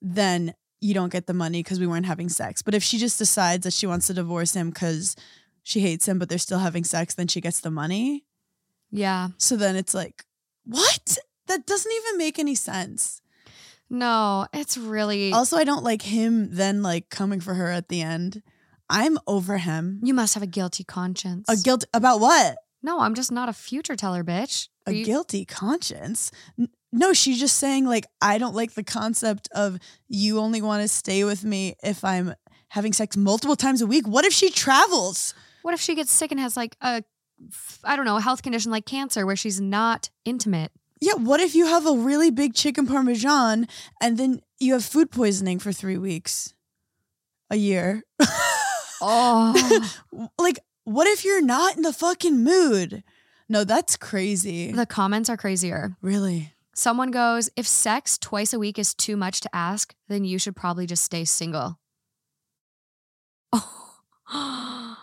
then you don't get the money because we weren't having sex. But if she just decides that she wants to divorce him because she hates him, but they're still having sex, then she gets the money. Yeah. So then it's like, what? That doesn't even make any sense. No, it's really. Also, I don't like him then like coming for her at the end. I'm over him. you must have a guilty conscience. A guilt about what? no, I'm just not a future teller, bitch. A Are you- guilty conscience? N- No, she's just saying like I don't like the concept of you only want to stay with me if I'm having sex multiple times a week. What if she travels? what if she gets sick and has like a, I don't know, a health condition like cancer where she's not [LAUGHS] intimate? Yeah, what if you have a really big chicken parmesan and then you have food poisoning for 3 weeks? A year. Oh. like what if you're not in the fucking mood? No, that's crazy. The comments are crazier. really? Someone goes, if sex twice a week is too much to ask, then you should probably just stay single. [LAUGHS] um,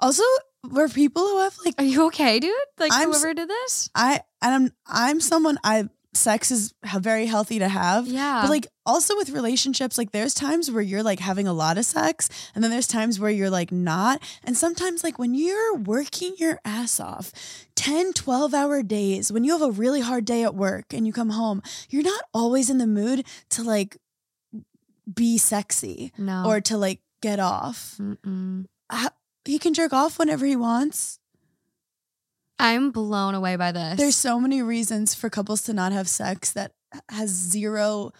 Also, were people who have like Are you okay, dude? Like I'm s- whoever did this? I and I'm I'm someone I sex is h- very healthy to have. Yeah. But like also with relationships, like there's times where you're like having a lot of sex, and then there's times where you're like not. And sometimes, like when you're working your ass off 10, 12 hour days, when you have a really hard day at work and you come home, you're not always in the mood to like be sexy no. or to like get off. Mm-mm. He can jerk off whenever he wants. I'm blown away by this. There's so many reasons for couples to not have sex that has zero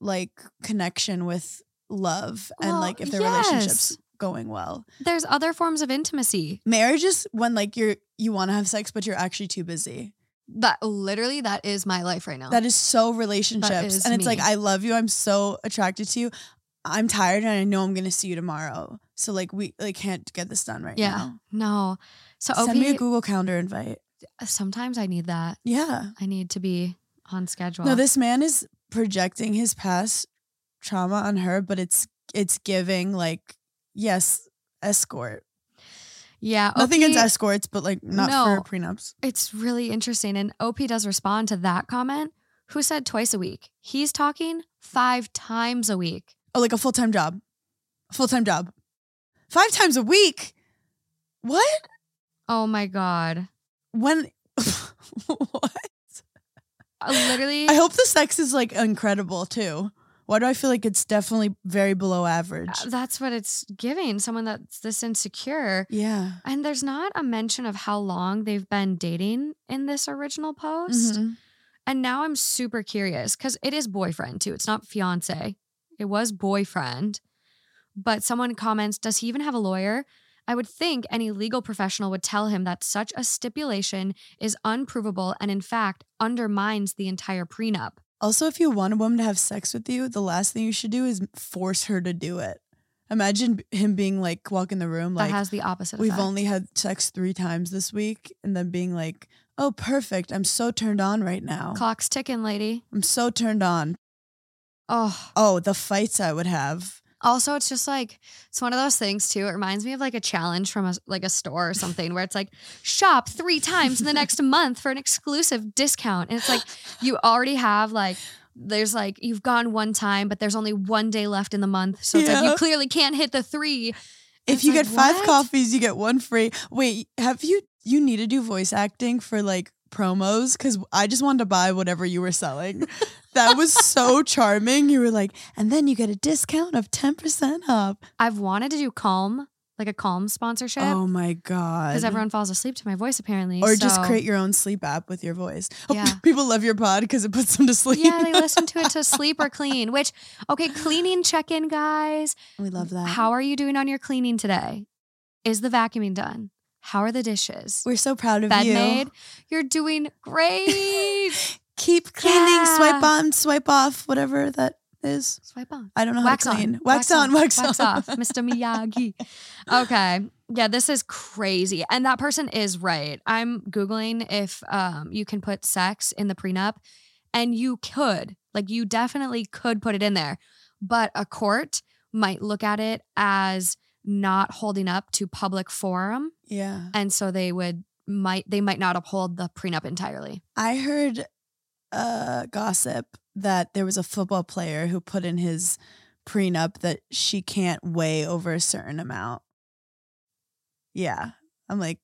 like connection with love and Well, like if their yes. relationships going well. There's other forms of intimacy. Marriage is when like you're you want to have sex but you're actually too busy. That literally that is my life right now. That is so relationships. Oh. is and it's like me. I love you, I'm so attracted to you. I'm tired and I know I'm going to see you tomorrow. So like we like can't get this done right Yeah. now. no. So Send me a OP, Google calendar invite. sometimes I need that. Yeah. I need to be on schedule. No, this man is projecting his past trauma on her, but it's it's giving like yes, escort. yeah. Nothing OP, against escorts, but like not No. for prenups. It's really interesting. And OP does respond to that comment. Who said twice a week? He's talking five times a week. Oh, like a full time job, full time job, five times a week. What? Oh my God. When? [LAUGHS] what? Uh, [SIGHS] Literally, I hope the sex is like incredible too. Why do I feel like it's definitely very below average? uh, that's what it's giving someone that's this insecure. Yeah. And there's not a mention of how long they've been dating in this original post. Mhm. And now I'm super curious because it is boyfriend too. It's not fiance. It was boyfriend. But someone comments, does he even have a lawyer? I would think any legal professional would tell him that such a stipulation is unprovable and, in fact, undermines the entire prenup. Also, if you want a woman to have sex with you, the last thing you should do is force her to do it. Imagine b- him being like, walk in the room, That like, has the opposite we've effect. only had sex three times this week, and then being like, oh, perfect. I'm so turned on right now. Clock's ticking, lady. I'm so turned on. Oh, Oh, the fights I would have. Also, it's just like it's one of those things too. It reminds me of like a challenge from a like a store or something where it's like shop three times in the next month for an exclusive discount, and it's like you already have like there's like you've gone one time, but there's only one day left in the month, so it's like you Yeah. clearly can't hit the three. If It's you like, get five what? coffees, you get one free. Wait, have you, you need to do voice acting for like promos? Cause I just wanted to buy whatever you were selling. that [LAUGHS] was so charming. You were like, and then you get a discount of 10% off. I've wanted to do Calm, like a Calm sponsorship, Oh my God. because everyone falls asleep to my voice apparently. or just so- create your own sleep app with your voice. [LAUGHS] Oh, Yeah. People love your pod because it puts them to sleep. Yeah, [LAUGHS] they listen to it to sleep or clean. Which okay, cleaning check in, guys. we love that. How are you doing on your cleaning today? Is the vacuuming done? How are the dishes? We're so proud of Bed you. made? You're [LAUGHS] doing great. Keep cleaning. Yeah. Swipe on, swipe off, whatever that is. Swipe on. I don't know Wax how to Oh, clean. on. Wax, on, wax, Wax on. off. Mr. Miyagi. Okay. Yeah, this is crazy. And that person is right. I'm Googling if um, you can put sex in the prenup, and you could. Like, you definitely could put it in there. But a court might look at it as not holding up to public forum. [LAUGHS] Yeah. and so they would might they might not uphold the prenup entirely. I heard uh, gossip that there was a football player who put in his prenup that she can't weigh over a certain amount. Yeah. I'm like,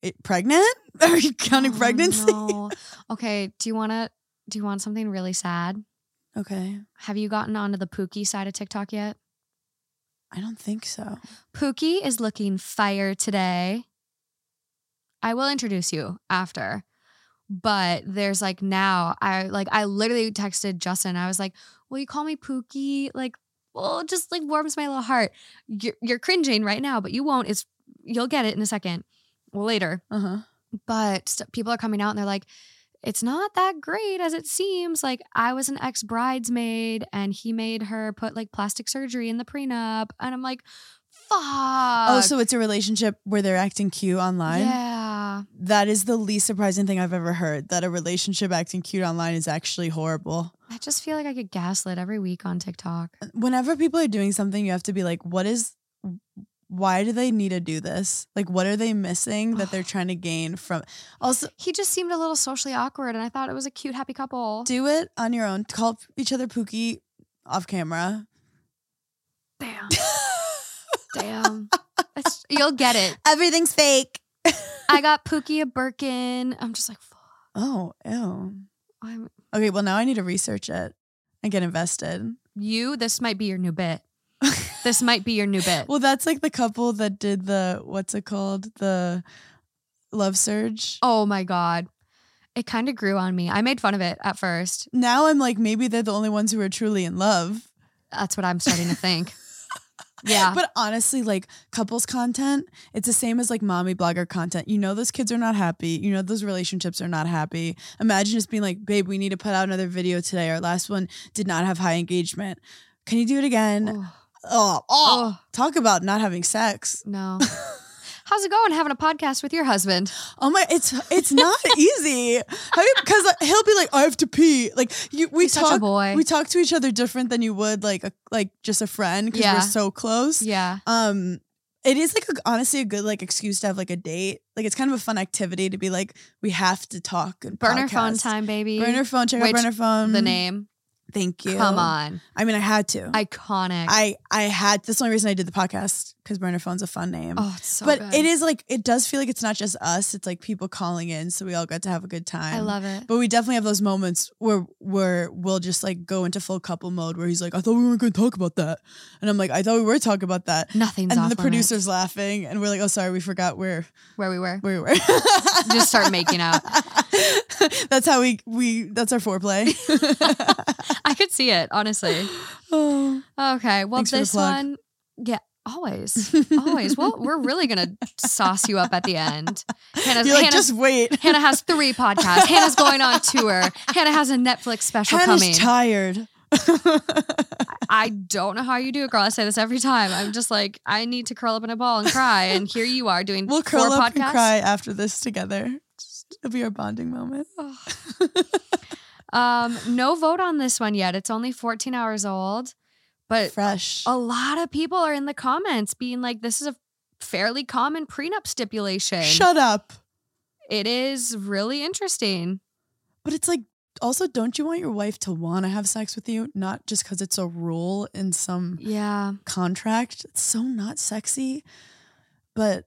it, pregnant? [LAUGHS] Are you counting Oh, pregnancy? [LAUGHS] no. Okay. Do you want to? Do you want something really sad? Okay. Have you gotten onto the Pookie side of TikTok yet? I don't think so. Pookie is looking fire today. I will introduce you after. But there's like now I like I literally texted Justin. I was like, "Will you call me Pookie?" Like, well, it just like warms my little heart. You're, you're cringing right now, but you won't. It's you'll get it in a second. Well, later. Uh huh. but st- people are coming out and they're like it's not that great as it seems like i was an ex bridesmaid and he made her put like plastic surgery in the prenup and i'm like fuck Oh, so it's a relationship where they're acting cute online? yeah That is the least surprising thing I've ever heard that a relationship acting cute online is actually horrible. i just feel like i get gaslit every week on tiktok Uh Whenever people are doing something, you have to be like, what is why do they need to do this? Like, what are they missing that [SIGHS] they're trying to gain from? Also, He just seemed a little socially awkward, and I thought it was a cute, happy couple. do it on your own. Call each other Pookie off [LAUGHS] camera. Damn. Damn. It's, you'll get it. Everything's fake. I got Pookie a Birkin. I'm just like, fuck. Oh, ew. I'm, Okay, well, now I need to research it and get invested. you, this might be your new bit. This might be your new bit. [LAUGHS] Well, that's like the couple that did the, what's it called? The love surge. oh my God. It kind of grew on me. I made fun of it at first. Now I'm like, maybe they're the only ones who are truly in love. That's what I'm starting to [LAUGHS] think. yeah. But honestly, like couples content, it's the same as like mommy blogger content. You know, those kids are not happy. You know, those relationships are not happy. Imagine just being like, babe, we need to put out another video today. Our last one did not have high engagement. Can you do it again? Oh, Oh, oh, Oh. talk about not having sex. [LAUGHS] no. How's it going having a podcast with your husband? Oh my, it's it's not [LAUGHS] easy. Because he'll be like, I have to pee. Like you, we He's talk, such a boy. we talk to each other different than you would like a, like just a friend because Yeah. we're so close. yeah. um it is like a, honestly a good like excuse to have like a date like it's kind of a fun activity to be like we have to talk and Burner phone podcast. time, baby. burner phone check Which- out burner phone the name. thank you Come on. i mean i had to i Iconic. i, had that's the only reason i did the podcast because burner phone's a fun name oh, it's so but good. it is like it does feel like it's not just us it's like people calling in so we all got to have a good time I love it. but we definitely have those moments where where we'll just like go into full couple mode where he's like i thought we weren't going to talk about that and i'm like i thought we were talking about that Nothing's and off then limits. the producer's laughing, and we're like, "Oh, sorry, we forgot where where we were. where we were." [LAUGHS] Just start making out. [LAUGHS] that's how we we that's [LAUGHS] our foreplay. [LAUGHS] I could see it, honestly. oh. Okay. Well, Thanks for the this plug. one, yeah, always, always. Well, we're really gonna sauce you up at the end. Hannah's, You're like, Hannah's- just wait. Hannah has three podcasts. Hannah's going on tour. Hannah has a Netflix special Hannah's coming. tired. [LAUGHS] I don't know how you do it, girl. I say this every time. I'm just like, I need to curl up in a ball and cry. And here you are doing We'll four curl up podcasts. and cry after this together. It'll be our bonding moment. Um, no vote on this one yet. It's only 14 hours old, but Fresh. a lot of people are in the comments being like, this is a fairly common prenup stipulation. Shut up. It is really interesting. But it's like also, don't you want your wife to want to have sex with you, not just because it's a rule in some Yeah, contract? It's so not sexy, but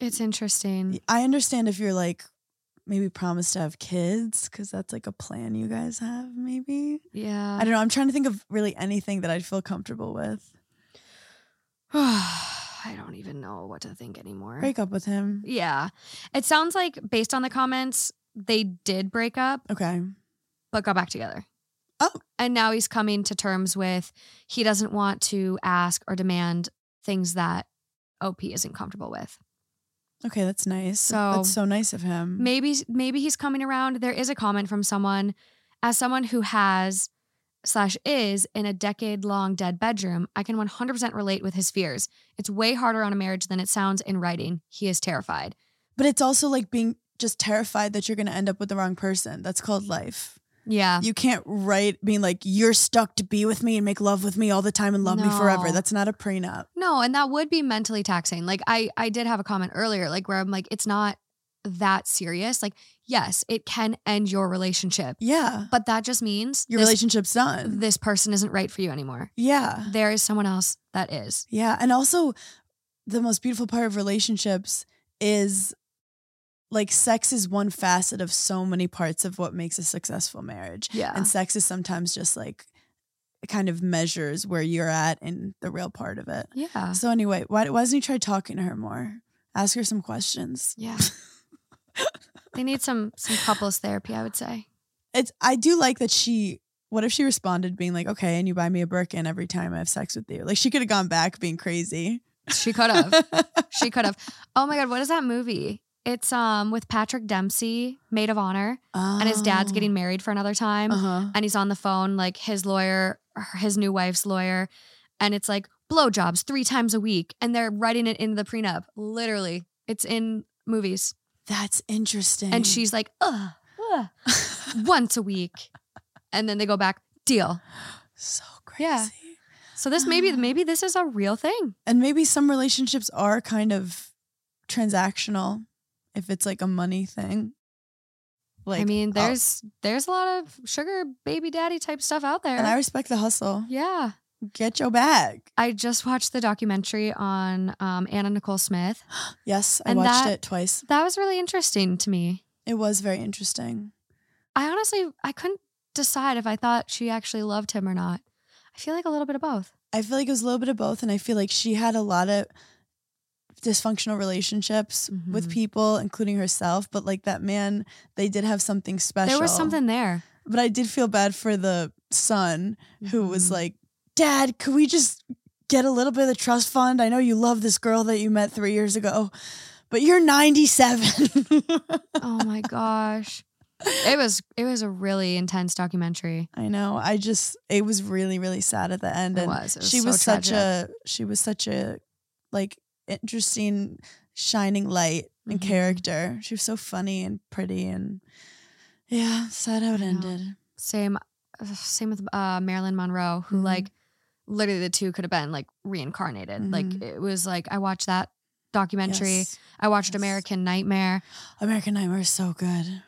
it's interesting. I understand if you're like maybe promised to have kids because that's like a plan you guys have, maybe. I Yeah. don't know. I'm trying to think of really anything that I'd feel comfortable with. [SIGHS] I don't even know what to think anymore. Break up with him. Yeah. It sounds like, based on the comments, they did break up, Okay. but got back together. Oh. And now he's coming to terms with he doesn't want to ask or demand things that OP isn't comfortable with. Okay, that's nice. So- that's so nice of him. Maybe maybe he's coming around. There is a comment from someone as someone who has slash is in a decade long dead bedroom, I can 100% relate with his fears. It's way harder on a marriage than it sounds in writing. He is terrified. but it's also like being just terrified that you're going to end up with the wrong person. That's called life. Yeah. You can't write being like, you're stuck to be with me and make love with me all the time and love me forever. No. That's not a prenup. No, and that would be mentally taxing. Like I I did have a comment earlier like where I'm like it's not that serious. Like yes, it can end your relationship. Yeah. But that just means Your this, relationship's done. this person isn't right for you anymore. yeah. There is someone else that is. Yeah. And also, the most beautiful part of relationships is like sex is one facet of so many parts of what makes a successful marriage. Yeah. And sex is sometimes just like it kind of measures where you're at in the real part of it. Yeah. So, anyway, why, why doesn't he try talking to her more? Ask her some questions. [LAUGHS] Yeah. they need some some couples therapy, I would say. It's, I do like that she. What if she responded being like, okay, and you buy me a Birkin every time I have sex with you? Like, she could have gone back being crazy. She could have. [LAUGHS] she could have. [LAUGHS] Oh my god, what is that movie? It's um with Patrick Dempsey, Maid of Honor, and his dad's getting married for another time. Uh huh. and he's on the phone like his lawyer her- his new wife's lawyer and it's like blowjobs three times a week and they're writing it in the prenup literally it's in movies That's interesting. and she's like ugh, [LAUGHS] ugh once a week and then they go back deal So crazy. Yeah. So this maybe maybe this is a real thing. And maybe some relationships are kind of transactional if it's like a money thing. Like uh, I mean, I'll- there's there's a lot of sugar baby daddy type stuff out there. and I respect the hustle. yeah. Get your bag. I just watched the documentary on um, Anna Nicole [GASPS] Smith. Yes, I And watched that- it twice. That was really interesting to me. It was very interesting. I honestly I couldn't decide if I thought she actually loved him or not. I feel like a little bit of both. I feel like it was a little bit of both, and I feel like she had a lot of dysfunctional relationships with Mhm. people, including herself. But like that man, they did have something special. There was something there. but I did feel bad for the son who was Mhm. like, "Dad, could we just get a little bit of the trust fund? I know you love this girl that you met three years ago, but you're [LAUGHS] 97." oh my gosh. It was it was a really intense documentary. I know. I just it was really really sad at the end, It and was. It was she so was such tragic. a she was such a like interesting shining light and Mhm. character. She was so funny and pretty and yeah, sad how it I know. ended. same ugh, same with uh, Marilyn Monroe, who Mhm. like literally the two could have been like reincarnated. Like Mhm. it was like I watched that documentary. Yes. I watched yes. American Nightmare. American Nightmare is so good.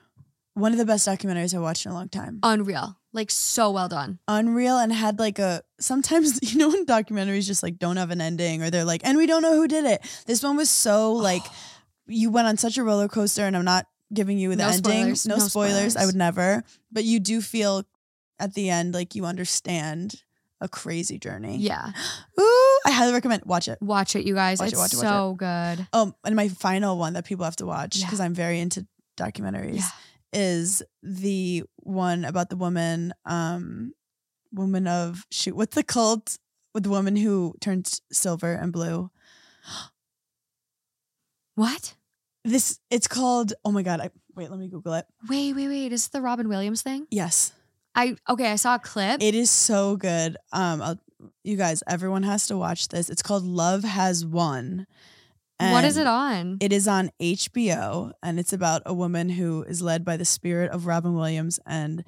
One of the best documentaries I watched in a long time. Unreal. Like so well done. Unreal and had like a sometimes [LAUGHS] you know when documentaries just like don't have an ending or they're like and we don't know who did it. This one was so [SIGHS] like you went on such a roller coaster and I'm not giving you the No ending. spoilers, no, no spoilers. I spoilers. would never. But you do feel at the end like you understand a crazy journey. yeah. Ooh, I highly recommend watch it. Watch it, you guys. Watch it, it's watch it, watch it. so good. Um and my final one that people have to watch Yeah. because I'm very into documentaries Yeah. is the one about the woman um woman of shoot what's the cult with the woman who turns silver and blue What? this it's called oh my god I, wait let me google it Wait, wait, wait. Is it the Robin Williams thing? yes I okay, I saw a clip. it is so good um I'll, you guys everyone has to watch this it's called love has won what is And it on? It is on HBO and it's about a woman who is led by the spirit of Robin Williams and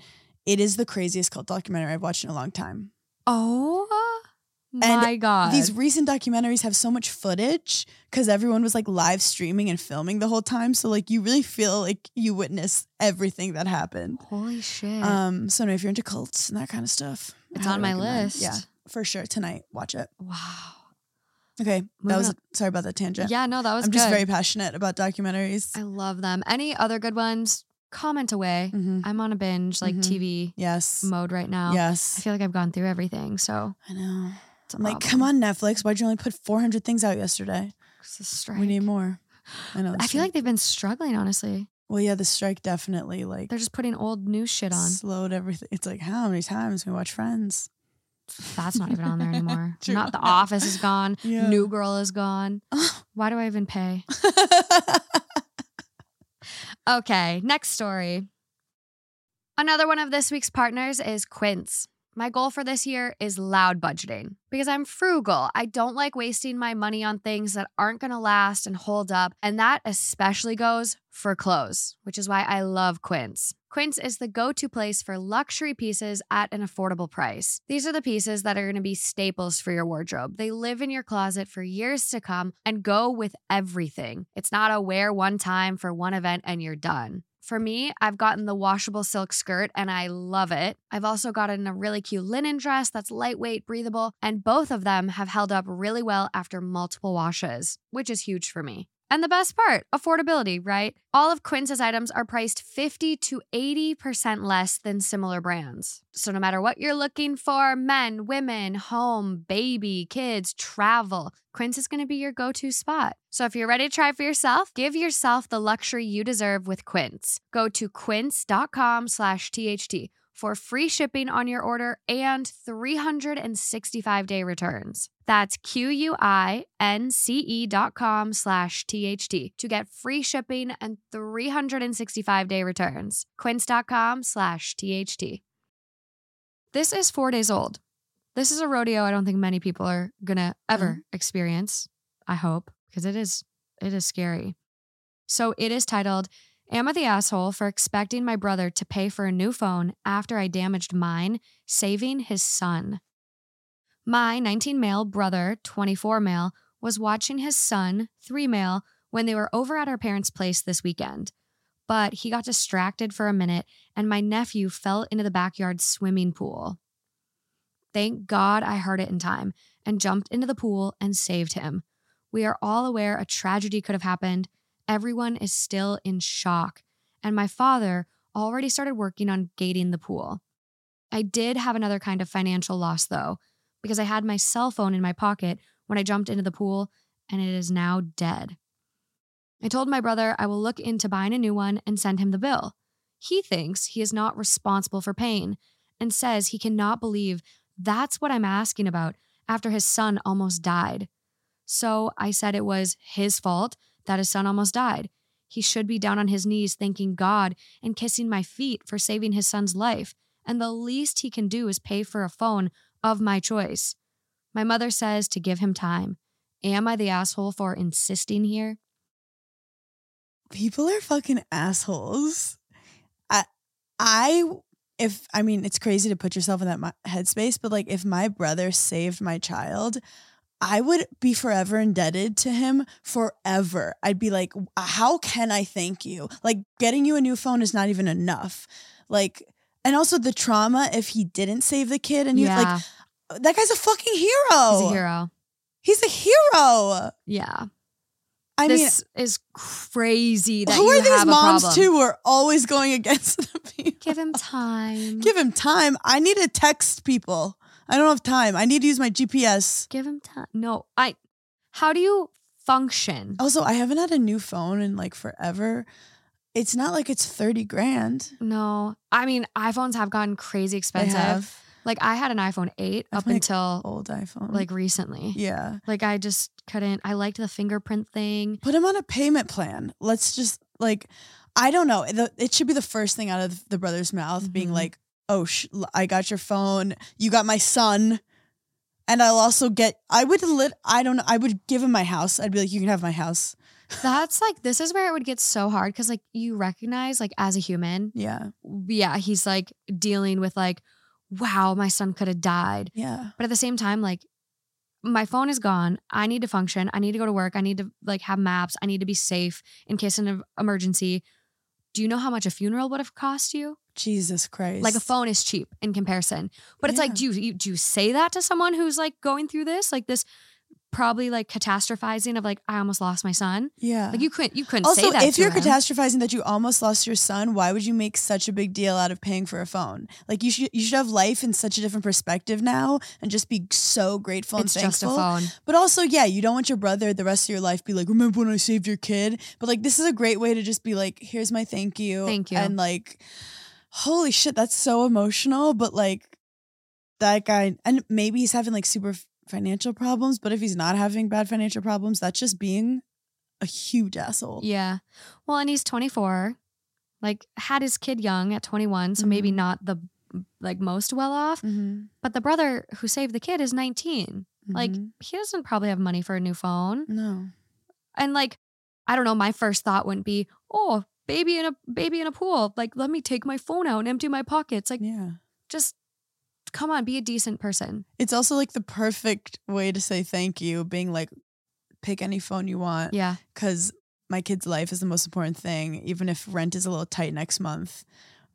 it is the craziest cult documentary I've watched in a long time. oh And my god. These recent documentaries have so much footage cuz everyone was like live streaming and filming the whole time so like you really feel like you witness everything that happened. Holy shit. Um so no, if you're into cults and that kind of stuff, I Mm. It's on highly my recommend. list. Yeah, for sure tonight watch it. wow. Okay, that Moving was on. sorry about that tangent. Yeah, no, that was I'm just good. very passionate about documentaries. I love them. Any other good ones? Comment away. Mhm. I'm on a binge, like Mhm. TV Yes. mode right now. I Yes. feel like I've gone through everything. So I know. it's a I'm like, problem. come on, Netflix. Why'd you only put 400 things out yesterday? It's a strike. We need more. I know. the I feel like strike- they've been struggling, honestly. well, yeah, the strike definitely like They're just putting old new shit on. slowed everything. It's like, how many times can we watch Friends? That's not even on there anymore. [LAUGHS] True, Not The no. Office is gone. Yeah. New Girl is gone. Why do I even pay? Okay, next story. Another one of this week's partners is Quince. My goal for this year is loud budgeting because I'm frugal. I don't like wasting my money on things that aren't going to last and hold up. And that especially goes for clothes, which is why I love Quince. Quince is the go to place for luxury pieces at an affordable price. These are the pieces that are going to be staples for your wardrobe. They live in your closet for years to come and go with everything. It's not a wear one time for one event and you're done. For me, I've gotten the washable silk skirt and I love it. I've also gotten a really cute linen dress that's lightweight, breathable, and both of them have held up really well after multiple washes, which is huge for me. And the best part, affordability, right? All of Quince's items are priced 50 to 80% less than similar brands. So, no matter what you're looking for men, women, home, baby, kids, travel Quince is going to be your go to spot. So, if you're ready to try for yourself, give yourself the luxury you deserve with Quince. Go to quince.com slash THT for free shipping on your order and 365 day returns. That's Q-U-I-N-C-E E dot com slash THT to get free shipping and 365 day returns. Quince.com slash THT. This is four days old. This is a rodeo I don't think many people are gonna ever experience, I hope, because it is it is scary. So it is titled Am I the asshole for expecting my brother to pay for a new phone after I damaged mine, saving his son? My 19 male brother, 24 male, was watching his son, 3 male, when they were over at our parents' place this weekend. But he got distracted for a minute and my nephew fell into the backyard swimming pool. Thank God I heard it in time and jumped into the pool and saved him. We are all aware a tragedy could have happened. Everyone is still in shock. And my father already started working on gating the pool. I did have another kind of financial loss, though, because I had my cell phone in my pocket when I jumped into the pool and it is now dead. I told my brother I will look into buying a new one and send him the bill. He thinks he is not responsible for pain and says he cannot believe that's what I'm asking about after his son almost died. So I said it was his fault that his son almost died. He should be down on his knees thanking God and kissing my feet for saving his son's life, and the least he can do is pay for a phone of my choice. My mother says to give him time. Am I the asshole for insisting here? [LAUGHS] People are fucking assholes. I, I, if I mean, it's crazy to put yourself in that mi- headspace, but like, if my brother saved my child, I would be forever indebted to him forever. I'd be like, "W- how can I thank you? Like, getting you a new phone is not even enough. Like, and also the trauma if he didn't save the kid and you yeah, like oh. that guy's a fucking he's a hero. He's a hero. Yeah, I mean, this is crazy. That who you are these have a moms problem. too? Who are always going [LAUGHS] against the people? Give him time. [LAUGHS] Give him time. I need to text people. I don't have time. I need to use my GPS. Give him time. No, I. How do you function? Also, I haven't had a new phone in like forever. It's not like it's thirty grand. No, I mean iPhones have gotten crazy I expensive. have Like I had an iPhone 8 I've up been- until old iPhone. like recently. yeah. Like I just couldn't. I liked the fingerprint thing. [LAUGHS] Put him on a payment plan. Let's just like, I don't know. The- It should be the first thing out of the brother's mouth, being Mhm. like, "Oh, sh- l- I got your phone. You got my son." And I'll also get. I would lit. I don't. know. I would give him my house. I'd be like, "You can have my house." That's like this is where it would get so hard because like you recognize like as a human, Yeah. yeah, he's like dealing with like, wow, my son could have died. Yeah. But at the same time, like my phone is gone. I need to function. I need to go to work. I need to like have maps. I need to be safe in case of an emergency. Do you know how much a funeral would have cost you? Jesus Christ. Like a phone is cheap in comparison. But it's Yeah. like, do you, you do you say that to someone who's like going through this, like this probably like catastrophizing of like I almost lost my son? Yeah. Like you couldn't you couldn't also, say that. if to you're him. catastrophizing that you almost lost your son, why would you make such a big deal out of paying for a phone? Like you should you should have life in such a different perspective now, and just be so grateful it's and just thankful. a phone. But also, yeah, you don't want your brother the rest of your life be like, remember when I saved your kid? But like, this is a great way to just be like, here's my thank you. Thank you. And like, holy shit, that's so emotional. But like, that guy, and maybe he's having like super f- financial problems, but if he's not having bad financial problems, that's just being a huge asshole. Yeah. Well, and he's 24. Like had his kid young at 21, so maybe Mhm. not the like most well off, Mhm. but the brother who saved the kid is 19. Like Mhm. he doesn't probably have money for a new phone. no. And like I don't know, my first thought wouldn't be, "Oh, baby in a baby in a pool. Like let me take my phone out and empty my pockets." Like Yeah. just come on, be a decent person. It's also like the perfect way to say thank you, being like, pick any phone you want. Yeah. because my kid's life is the most important thing even if rent is a little tight next month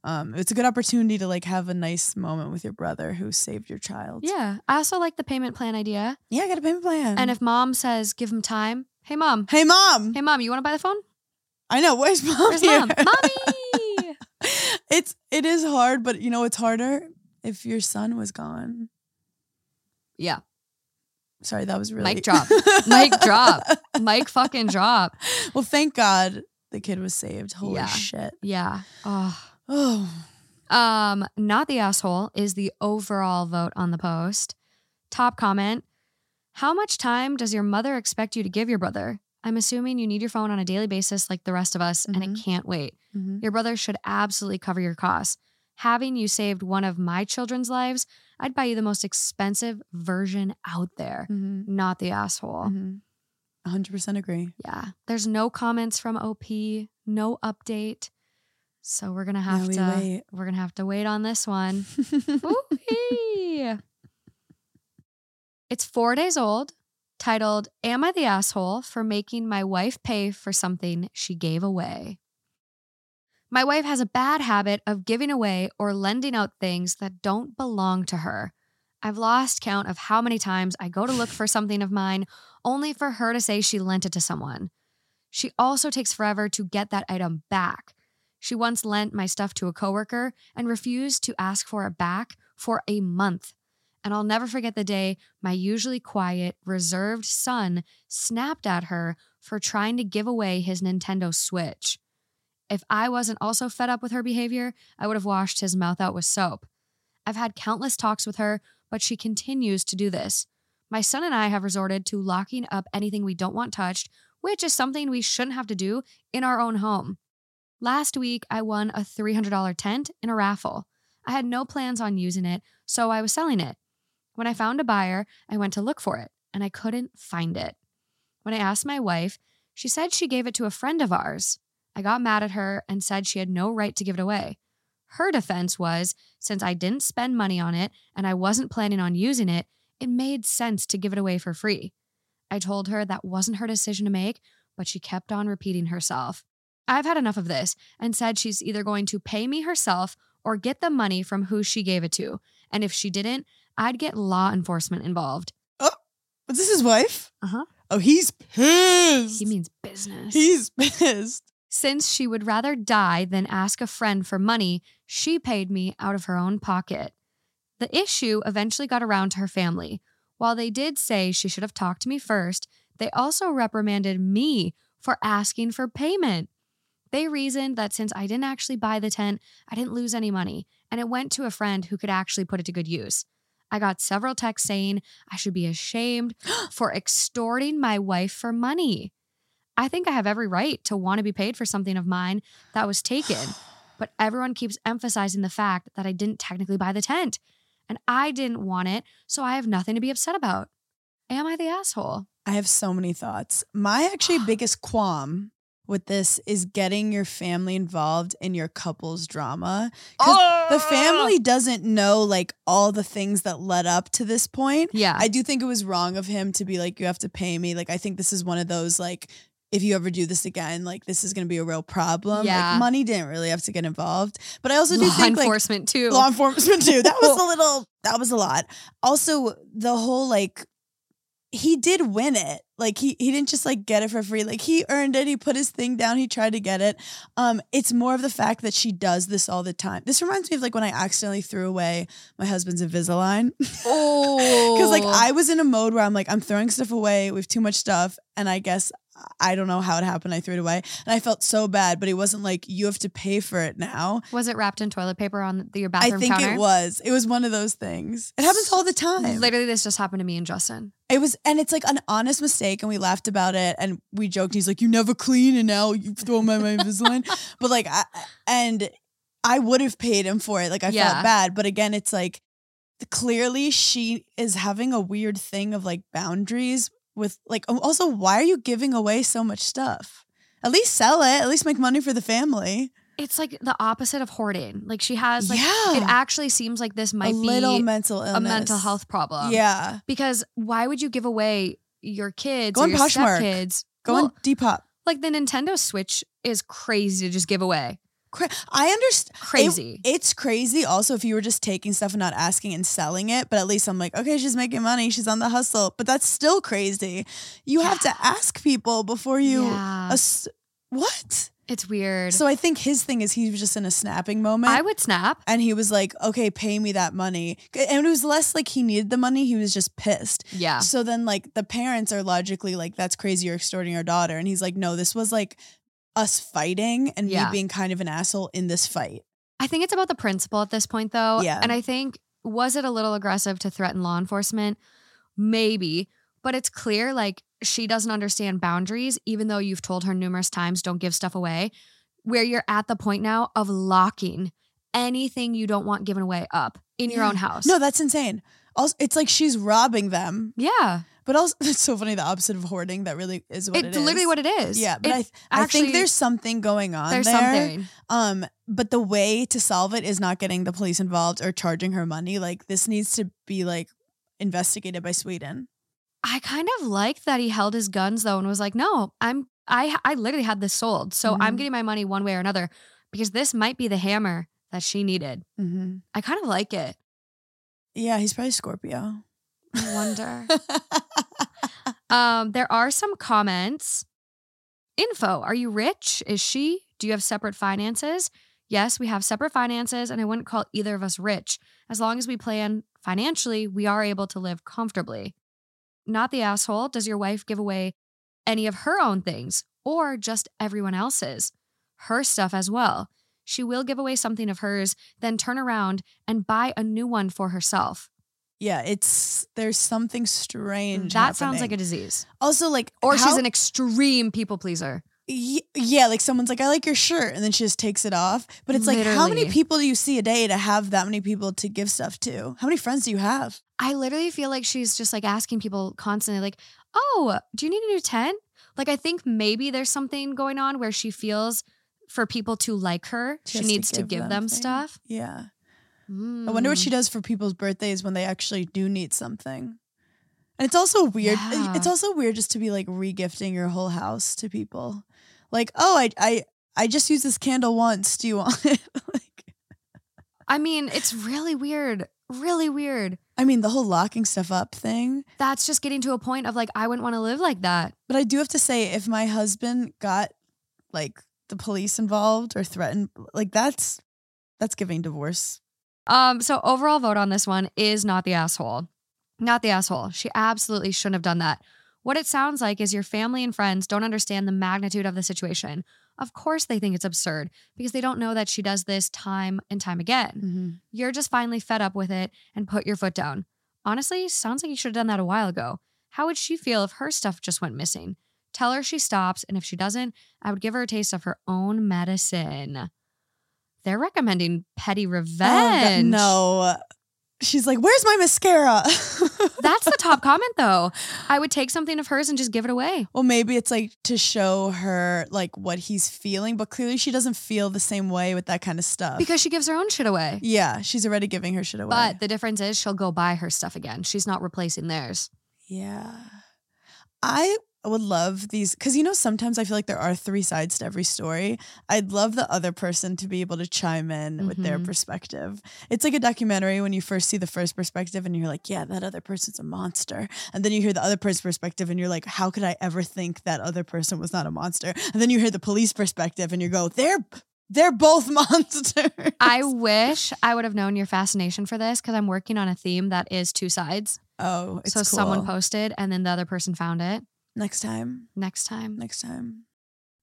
um, it's a good opportunity to like have a nice moment with your brother who saved your child Yeah. I also like the payment plan idea. yeah i got a payment plan And if mom says give him time, "Hey mom. hey mom Hey mom, you want to buy the phone?" i know where's mom Where's here? mom? Mommy. [LAUGHS] it's it is hard but you know it's harder if your son was gone Yeah. sorry that was really Mic [LAUGHS] drop. Mic drop. Mike fucking drop. well thank god the kid was saved holy Yeah. shit [SIGHS] Yeah. Oh. oh Um, not the asshole is the overall vote on the post. Top comment. How much time does your mother expect you to give your brother? I'm assuming you need your phone on a daily basis like the rest of us and it Mhm. can't wait. Mhm. Your brother should absolutely cover your costs. Having you saved one of my children's lives, I'd buy you the most expensive version out there. Mhm. Not the asshole. Mhm. 100% agree Yeah. There's no comments from OP, no update. So we're gonna have Now we to wait. [LAUGHS] we're gonna have to wait on this one. Ooh-wee. It's four days old, titled Am I the Asshole for Making My Wife Pay for Something She Gave Away? My wife has a bad habit of giving away or lending out things that don't belong to her. I've lost count of how many times I go to look for something of mine only for her to say she lent it to someone. She also takes forever to get that item back. She once lent my stuff to a coworker and refused to ask for it back for a month. And I'll never forget the day my usually quiet, reserved son snapped at her for trying to give away his Nintendo Switch. If I wasn't also fed up with her behavior, I would have washed his mouth out with soap. I've had countless talks with her, but she continues to do this. My son and I have resorted to locking up anything we don't want touched, which is something we shouldn't have to do in our own home. Last week, I won a $300 tent in a raffle. I had no plans on using it, so I was selling it. When I found a buyer, I went to look for it, and I couldn't find it. When I asked my wife, she said she gave it to a friend of ours. I got mad at her and said she had no right to give it away. Her defense was since I didn't spend money on it and I wasn't planning on using it, it made sense to give it away for free. I told her that wasn't her decision to make, but she kept on repeating herself. I've had enough of this and said she's either going to pay me herself or get the money from who she gave it to. And if she didn't, I'd get law enforcement involved. Was this his wife? Uh-huh. Oh, he's pissed. He means business. he's pissed. Since she would rather die than ask a friend for money, she paid me out of her own pocket. The issue eventually got around to her family. While they did say she should have talked to me first, they also reprimanded me for asking for payment. They reasoned that since I didn't actually buy the tent, I didn't lose any money, and it went to a friend who could actually put it to good use. I got several texts saying I should be ashamed [GASPS] for extorting my wife for money. I think I have every right to want to be paid for something of mine that was [SIGHS] taken, but everyone keeps emphasizing the fact that I didn't technically buy the tent and I didn't want it, so I have nothing to be upset about. Am I the asshole? I have so many thoughts. My [GASPS] actually biggest qualm with this is getting your family involved in your couple's drama. 'Cause The family doesn't know like all the things that led up to this point. Yeah. I do think it was wrong of him to be like, you have to pay me. Like, I think this is one of those, like, if you ever do this again, like, this is going to be a real problem. Yeah. Like, money didn't really have to get involved. But I also do law think, like, enforcement too. [LAUGHS] law enforcement too. That was a little. That was a lot. Also, the whole like, he did win it. Like he he didn't just like get it for free. Like he earned it. He put his thing down. He tried to get it. Um, it's more of the fact that she does this all the time. This reminds me of like when I accidentally threw away my husband's Invisalign. [LAUGHS] oh, Because like I was in a mode where I'm like, I'm throwing stuff away. We have too much stuff. And I guess I don't know how it happened. I threw it away. And I felt so bad, but he wasn't like, you have to pay for it now. was it wrapped in toilet paper on the, your I bathroom think counter? it was. It was one of those things. It happens all the time. Literally, this just happened to me and Justin. It was, and it's like an honest mistake, and we laughed about it, and we joked. He's like, "You never clean, and now you throw my my [LAUGHS] Invisalign." but like, I, and I would have paid him for it. Like I Yeah. felt bad, but again, it's like clearly she is having a weird thing of like boundaries with like. oh, Also, why are you giving away so much stuff? At least sell it. At least make money for the family. It's like the opposite of hoarding. Like she has, like yeah, it actually seems like this might a little be mental illness, a mental health problem. Yeah, because why would you give away your kids Go or on your Poshmark. kids? go on Depop. like the Nintendo Switch is crazy to just give away. Cra- I understand. Crazy. It's crazy also if you were just taking stuff and not asking and selling it, but at least I'm like, okay, she's making money, she's on the hustle, but that's still crazy. You have to ask people before you yeah, ass- what? it's weird. So I think his thing is he was just in a snapping moment. I would snap. and he was like, okay, pay me that money. And it was less like he needed the money, he was just pissed. Yeah. So then, like, the parents are logically like, that's crazy. You're extorting our daughter. And he's like, no, this was like us fighting and Yeah. me being kind of an asshole in this fight. I think it's about the principle at this point, though. Yeah. And I think, was it a little aggressive to threaten law enforcement? Maybe. But it's clear, like, she doesn't understand boundaries, even though you've told her numerous times, don't give stuff away, where you're at the point now of locking anything you don't want given away up in your Yeah. own house. No, that's insane. Also, it's like she's robbing them, yeah. but also [LAUGHS] it's so funny. The opposite of hoarding that really is what It's literally what it is. Yeah, but It- I, th- I actually- think there's something going on there's there. something. Um, but the way to solve it is not getting the police involved or charging her money. Like this needs to be like investigated by Sweden. I kind of liked that he held his guns though and was like, "No, I'm I I literally had this sold, so I'm Mhm. getting my money one way or another because this might be the hammer that she needed." Mm-hmm. I kind of like it. Yeah, he's probably Scorpio. [LAUGHS] I wonder. um, there are some comments. Info: Are you rich? Is she? Do you have separate finances? Yes, we have separate finances, and I wouldn't call either of us rich. As long as we plan financially, we are able to live comfortably. Not the asshole. Does your wife give away any of her own things or just everyone else's? Her stuff as well. She will give away something of hers, then turn around and buy a new one for herself. yeah, it's there's something strange. That sounds like a happening. disease. also like Or she's how- an extreme people pleaser. Y- yeah, like someone's like, I like your shirt, and then she just takes it off. But it's like, how many Literally. people do you see a day to have that many people to give stuff to? How many friends do you have? I literally feel like she's just like asking people constantly, like, oh, do you need a new tent? Like, I think maybe there's something going on where she feels for people to like her, she, Just needs to give, them, things. stuff. Yeah, I wonder what Mm. she does for people's birthdays when they actually do need something. And it's also weird. uh, Yeah. It's also weird just to be like regifting your whole house to people. Like, oh, I, I, I just used this candle once. Do you want [LAUGHS] it? like, I mean, it's really weird. Really weird. I mean, the whole locking stuff up thing. That's just getting to a point of like, I wouldn't want to live like that. But I do have to say, if my husband got like the police involved or threatened, like that's that's giving divorce. Um, so overall vote on this one is not the asshole. Not the asshole. She absolutely shouldn't have done that. What it sounds like is your family and friends don't understand the magnitude of the situation. Of course they think it's absurd because they don't know that she does this time and time again. Um, You're just finally fed up with it and put your foot down. Honestly, sounds like you should have done that a while ago. How would she feel if her stuff just went missing? Tell her she stops, and if she doesn't, I would give her a taste of her own medicine. They're recommending petty Oh, revenge. no, [LAUGHS] she's like, "Where's my mascara?" [LAUGHS] That's the top comment, though. I would take something of hers and just give it away. Well, maybe it's like to show her like what he's feeling, but clearly she doesn't feel the same way with that kind of stuff. Because she gives her own shit away. yeah, she's already giving her shit away. But the difference is she'll go buy her stuff again. She's not replacing [LAUGHS] theirs. yeah, I would love these because you know sometimes I feel like there are three sides to every story. I'd love the other person to be able to chime in with their Mhm. perspective. It's like a documentary when you first see the first perspective and you're like, yeah, that other person's a monster, and then you hear the other person's perspective and you're like, how could I ever think that other person was not a monster? And then you hear the police perspective and you go, they're they're both [LAUGHS] monsters. I wish I would have known your fascination for this because I'm working on a theme that is two sides. oh, it's so someone cool. posted and then the other person found it. next time, Next time. next time.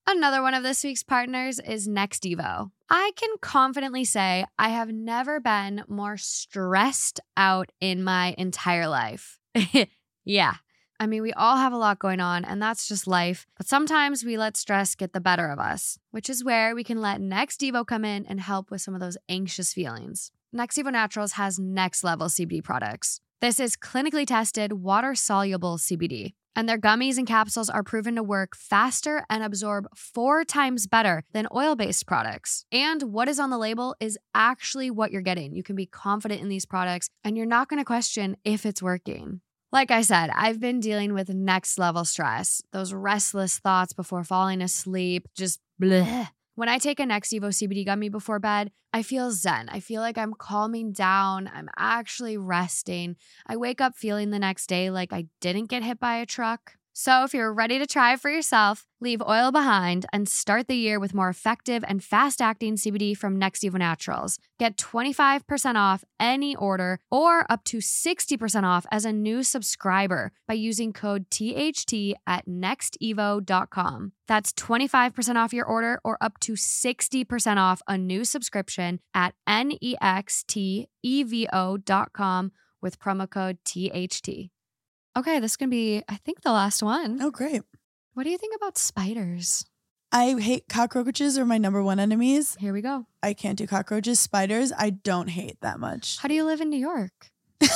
Another one of this week's partners is Next Evo. I can confidently say I have never been more stressed out in my entire life. [LAUGHS] yeah. I mean, we all have a lot going on, and that's just life. But sometimes we let stress get the better of us, which is where we can let Next Evo come in and help with some of those anxious feelings. Next Evo Naturals has next level CBD products. This is clinically tested, water soluble CBD and their gummies and capsules are proven to work faster and absorb four times better than oil based products. And what is on the label is actually what you're getting. You can be confident in these products and you're not going to question if it's working. Like I said, I've been dealing with next level stress, those restless thoughts before falling asleep, just bleh. When I take a Nextivo CBD gummy before bed, I feel zen. I feel like I'm calming down. I'm actually resting. I wake up feeling the next day like I didn't get hit by a truck. So, if you're ready to try for yourself, leave oil behind and start the year with more effective and fast acting CBD from Nextiva Naturals. Get 25% off any order or up to 60% off as a new subscriber by using code THT at nextevo.com. That's 25% off your order or up to 60% off a new subscription at E nextevo.com with promo code THT. Okay, this is going to be, I think, the last one. Oh, great. What do you think about spiders? I hate cockroaches are my number one enemies. Here we go. I can't do cockroaches. Spiders, I don't hate that [LAUGHS] much. How do you live in New York? [LAUGHS]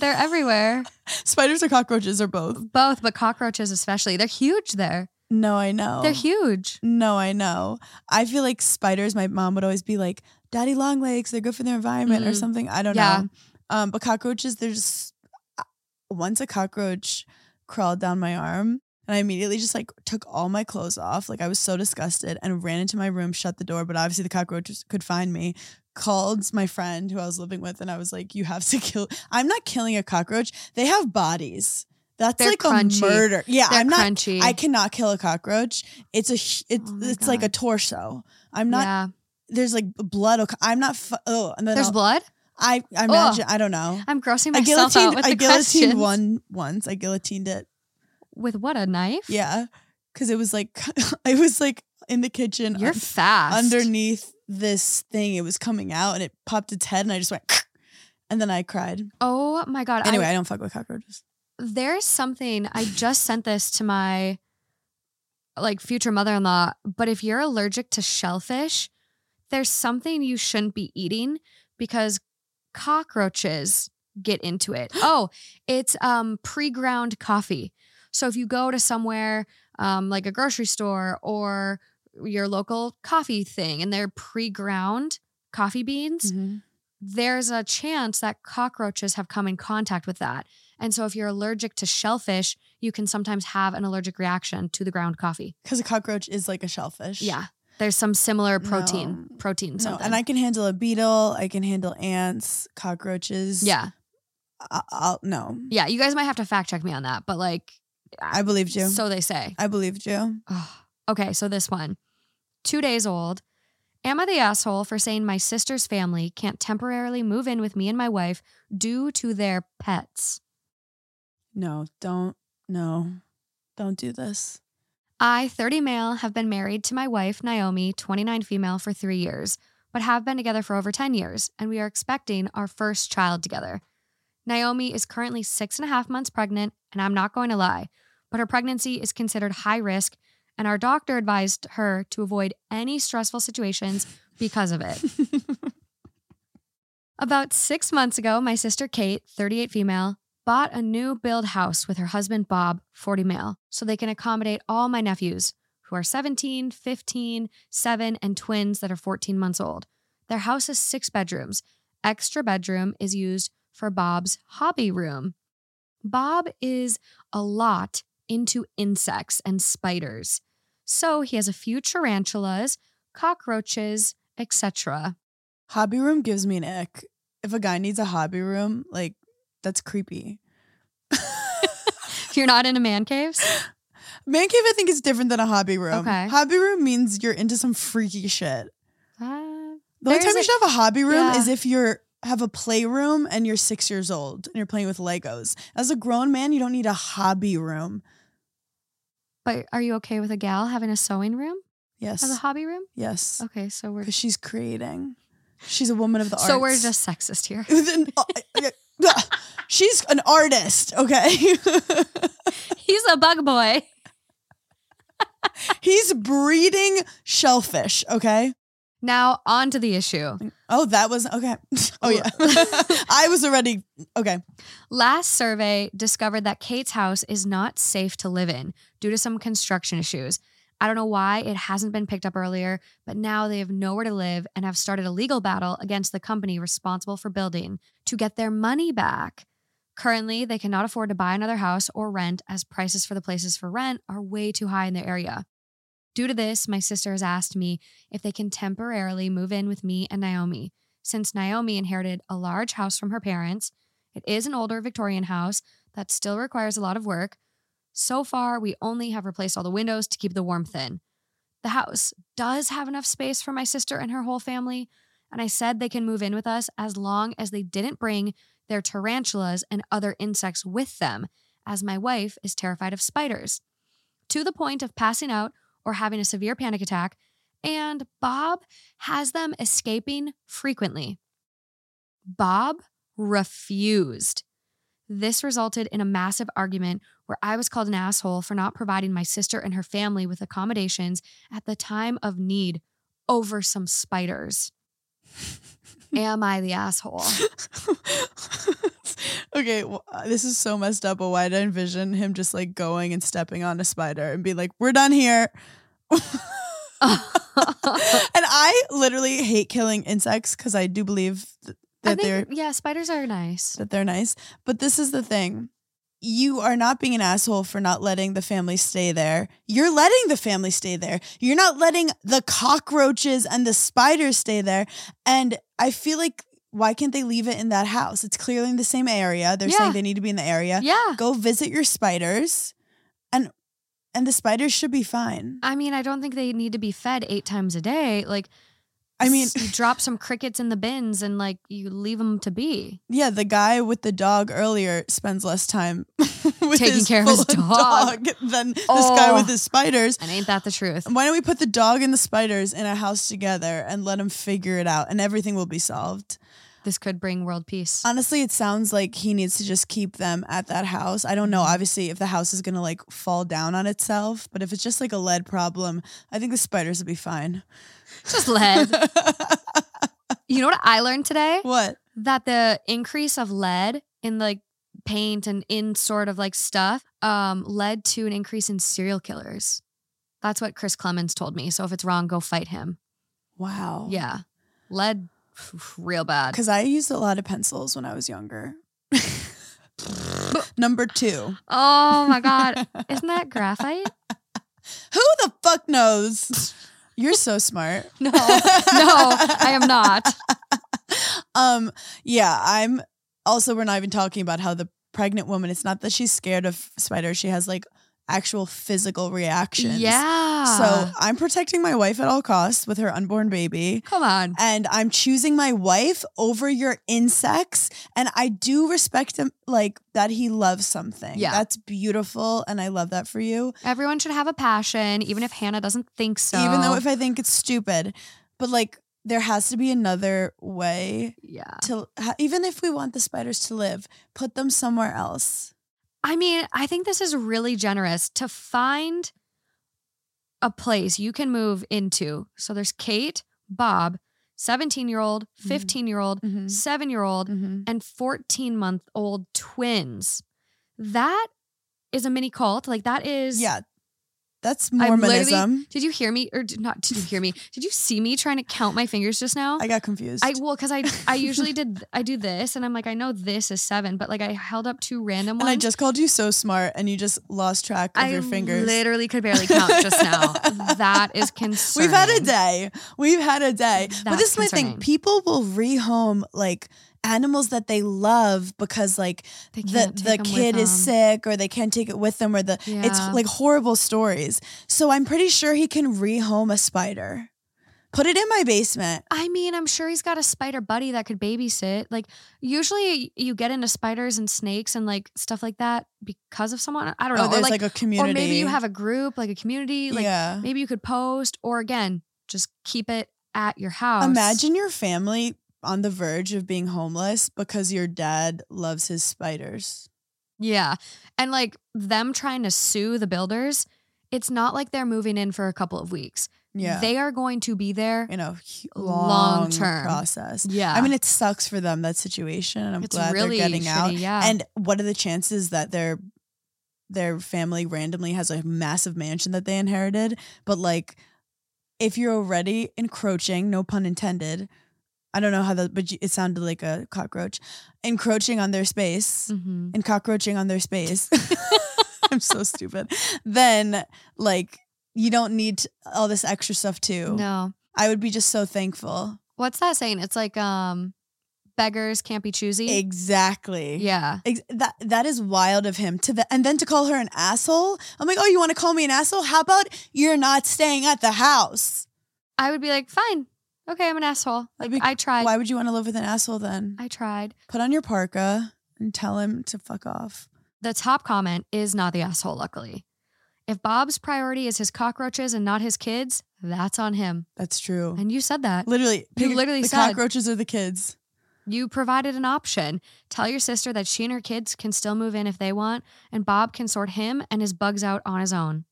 They're everywhere, Spiders or cockroaches or both? both, but cockroaches especially. They're huge there. No, I know. They're huge. No, I know. I feel like spiders, my mom would always be like, Daddy long legs, they're good for their environment or Mm. something. I don't Yeah. know. Um, but cockroaches, they're just uh, once a cockroach crawled down my arm and I immediately just like took all my clothes off. Like I was so disgusted and ran into my room, shut the door, but obviously the cockroaches could find me. Called my friend who I was living with and I was like, You have to [LAUGHS] kill I'm not killing a cockroach. They have bodies. That's They're like crunchy. a murder. Yeah, They're I'm not crunchy. I cannot kill a cockroach. It's a hu- it's Oh my it's like a God. torso. I'm not Yeah. there's like blood. oc- I'm not. Fu- oh, and then There's I'll- blood. I I imagine I don't know. I'm grossing I myself out guillotined. with I the [LAUGHS] guillotined questions. one once. I guillotined it. With what a knife? Yeah, because it was like [LAUGHS] it was like in the kitchen [LAUGHS] You're un- fast. underneath this thing. It was coming out and it popped its head and I just went, [LAUGHS] and then I cried. Oh my god. I- Anyway, I, don't fuck with cockroaches. there's something I just sent this to my like future mother-in-law, but if you're allergic to shellfish, there's something you shouldn't be eating because cockroaches get into it. Oh, it's um pre-ground coffee. So if you go to somewhere um like a grocery store or your local coffee thing and they're pre-ground coffee beans, there's a chance that cockroaches have come in contact with that. And so if you're allergic to shellfish, you can sometimes have an allergic reaction to the ground coffee. Because a cockroach is like a shellfish. Yeah. There's some similar protein, No. protein No, something. and I can handle a beetle. I can handle ants, cockroaches. yeah. I, I'll no. Yeah. You guys might have to fact check me on that, but like, I believed you. so they say. I believed you. Ugh. Okay. So this one, two days old. Am I the asshole for saying my sister's family can't temporarily move in with me and my wife due to their pets? No, don't. No, don't do this. I, 30 male, have been married to my wife, Naomi, 29 female, for three years, but have been together for over 10 years, and we are expecting our first child together. Naomi is currently six and a half months pregnant, and I'm not going to lie, but her pregnancy is considered high risk, and our doctor advised her to avoid any stressful situations because of it. About six months ago, my sister Kate, 38 female, bought a new build house with her husband Bob, 40 male, so they can accommodate all my nephews, who are 17, 15, 7, and twins that are 14 months old. Their house is six bedrooms. Extra bedroom is used for Bob's hobby room. Bob is a lot into insects and spiders. So he has a few tarantulas, cockroaches, etc. [LAUGHS] hobby room gives me an ick. If a guy needs a hobby room, like that's creepy. You're not into man caves? Man cave, I think, is different than a hobby room. Okay. Hobby room means you're into some freaky shit. Uh, The only There's time a- you should have a hobby room Yeah. is if you're have a playroom and you're six years old and you're playing with Legos. As a grown man, you don't need a hobby room. But are you okay with a gal having a sewing room Yes. as a hobby room? yes. Okay, so we're Because she's creating. She's a woman of the arts. oh, so we're [LAUGHS] just sexist here. ah, She's an artist, [LAUGHS] okay? [LAUGHS] He's a bug boy. He's breeding shellfish, okay? Now on to the issue. Oh, that was okay. [LAUGHS] Oh yeah. [LAUGHS] [LAUGHS] I was already okay. [LAUGHS] Last survey discovered that Kate's house is not safe to live in due to some construction issues. I don't know why it hasn't been picked up earlier, but now they have nowhere to live and have started a legal battle against the company responsible for building to get their money back. Currently, they cannot afford to buy another house or rent as prices for the places for rent are way too high in the area. Due to this, my sister has asked me if they can temporarily move in with me and Naomi. Since Naomi inherited a large house from her parents, it is an older Victorian house that still requires a lot of work. So far, we only have replaced all the windows to keep the warmth in. The house does have enough space for my sister and her whole family, and I said they can move in with us as long as they didn't bring their tarantulas and other insects with them, as my wife is terrified of spiders. To the point of passing out or having a severe panic attack, and Bob has them escaping frequently. Bob refused. This resulted in a massive argument where I was called an asshole for not providing my sister and her family with accommodations at the time of need over some [LAUGHS] spiders. Am I the asshole? okay, well, uh, this is so messed up. But why did I envision him just like going and stepping on a spider and be like, "We're done here." [LAUGHS] [LAUGHS] and I literally hate killing insects because I do believe th- I that they're think, yeah, spiders are nice. that they're nice. But this is the thing. You are not being an asshole for not letting the family stay there. You're letting the family stay there. You're not letting the cockroaches and the spiders stay there. And I feel like why can't they leave it in that house? It's clearly in the same area. They're Yeah. saying they need to be in the area. Yeah. Go visit your spiders and and the spiders should be fine. I mean, I don't think they need to be fed eight times a day. Like, I mean, s- you drop some crickets in the bins and like you leave them to be. Yeah, the guy with the dog earlier spends less time [LAUGHS] with Taking his care of his full dog. than this guy Oh. with his spiders. And ain't that the truth? Why don't we put the dog and the spiders in a house together and let them figure it out and everything will be solved? This could bring world peace. Honestly, it sounds like he needs to just keep them at that house. I don't know, Mm-hmm. obviously, if the house is going to like fall down on itself, but if it's just like a lead problem, I think the spiders will be fine. Just lead. you know what I learned today? [LAUGHS] What? That the increase of lead in like paint and in sort of like stuff um, led to an increase in serial killers. That's what Chris Clemens told me. So if it's wrong, go fight him. Wow. Yeah. Lead, real bad. Because I used a lot of pencils when I was younger. [LAUGHS] Number two. Oh my [LAUGHS] God. Isn't that graphite? Who the fuck knows? You're so smart. No, no, I am not. Um, yeah, I'm also we're not even talking about how the pregnant woman, it's not that she's scared of spiders, she has like actual physical reactions. Yeah. So I'm protecting my wife at all costs with her unborn baby. come on. And I'm choosing my wife over your insects. And I do respect him like that he loves something. Yeah. That's beautiful. And I love that for you. Everyone should have a passion, even if Hannah doesn't think so. even though if I think it's stupid, but like there has to be another way yeah. to ha- even if we want the spiders to live, put them somewhere else. I mean, I think this is really generous to find a place you can move into. So there's Kate, Bob, 17 year old, 15 year old, Mm-hmm. 7 year old, and 14 month old twins. That is a mini cult. Like, that is. Yeah, that's I'm literally- Mormonism. Did you hear me? Or did not did you hear me? Did you see me trying to count my fingers just now? I got confused. I well, because I I usually did I do this and I'm like, I know this is seven, but like I held up two random and ones. I just called you so smart, and you just lost track of I your fingers. literally could barely count just [LAUGHS] now. That is concerning. We've had a day. We've had a day. but That's this is my thing. concerning. People will rehome like animals that they love because like They the can't the take 'em with kid is them. sick or they can't take it with them or the it's Yeah. like horrible stories. So I'm pretty sure he can rehome a spider. Put it in my basement. I mean, I'm sure he's got a spider buddy that could babysit. Like usually you get into spiders and snakes and like stuff like that because of someone. I don't Oh, know. Or there's like, like, a community. or maybe you have a group, like a community. Like yeah. maybe you could post or again, just keep it at your house. Imagine your family on the verge of being homeless because your dad loves his spiders. Yeah. And like them trying to sue the builders, it's not like they're moving in for a couple of weeks. Yeah. They are going to be there. you know, hu- Long long term. term process. Yeah. I mean, it sucks for them that situation, and I'm It's glad really they're getting out. shitty, yeah. And what are the chances that their their family randomly has a massive mansion that they inherited? But like, if you're already encroaching, no pun intended. I don't know how that, but you- it sounded like a cockroach encroaching on their space Mhm. and cockroaching on their space. [LAUGHS] [LAUGHS] I'm so stupid. Then, like, you don't need all this extra stuff too. No. I would be just so thankful. What's that saying? It's like um beggars can't be choosy. Exactly. yeah. Ex- that that is wild of him to the and then to call her an asshole. I'm like, oh, you want to call me an asshole? How about you're not staying at the house? I would be like, fine. Okay, I'm an asshole. Like That'd be- I tried. Why would you want to live with an asshole then? I tried. Put on your parka and tell him to fuck off. The top comment is not the asshole, luckily. If Bob's priority is his cockroaches and not his kids, that's on him. That's true. And you said that. literally, pick- literally the said- cockroaches are the kids. You provided an option. Tell your sister that she and her kids can still move in if they want, and Bob can sort him and his bugs out on his own.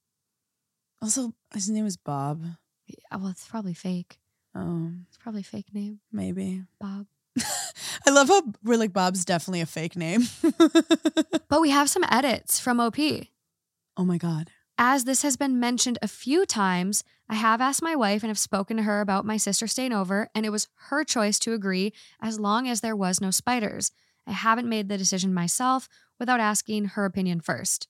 Also, his name is Bob. Yeah, Uh, Well, it's probably fake. Oh, It's probably a fake name, maybe. Bob. I love how we're like Bob's definitely a fake name. [LAUGHS] But we have some edits from OP. oh my god. As this has been mentioned a few times, I have asked my wife and have spoken to her about my sister staying over, and it was her choice to agree as long as there was no spiders. I haven't made the decision myself without asking her opinion first.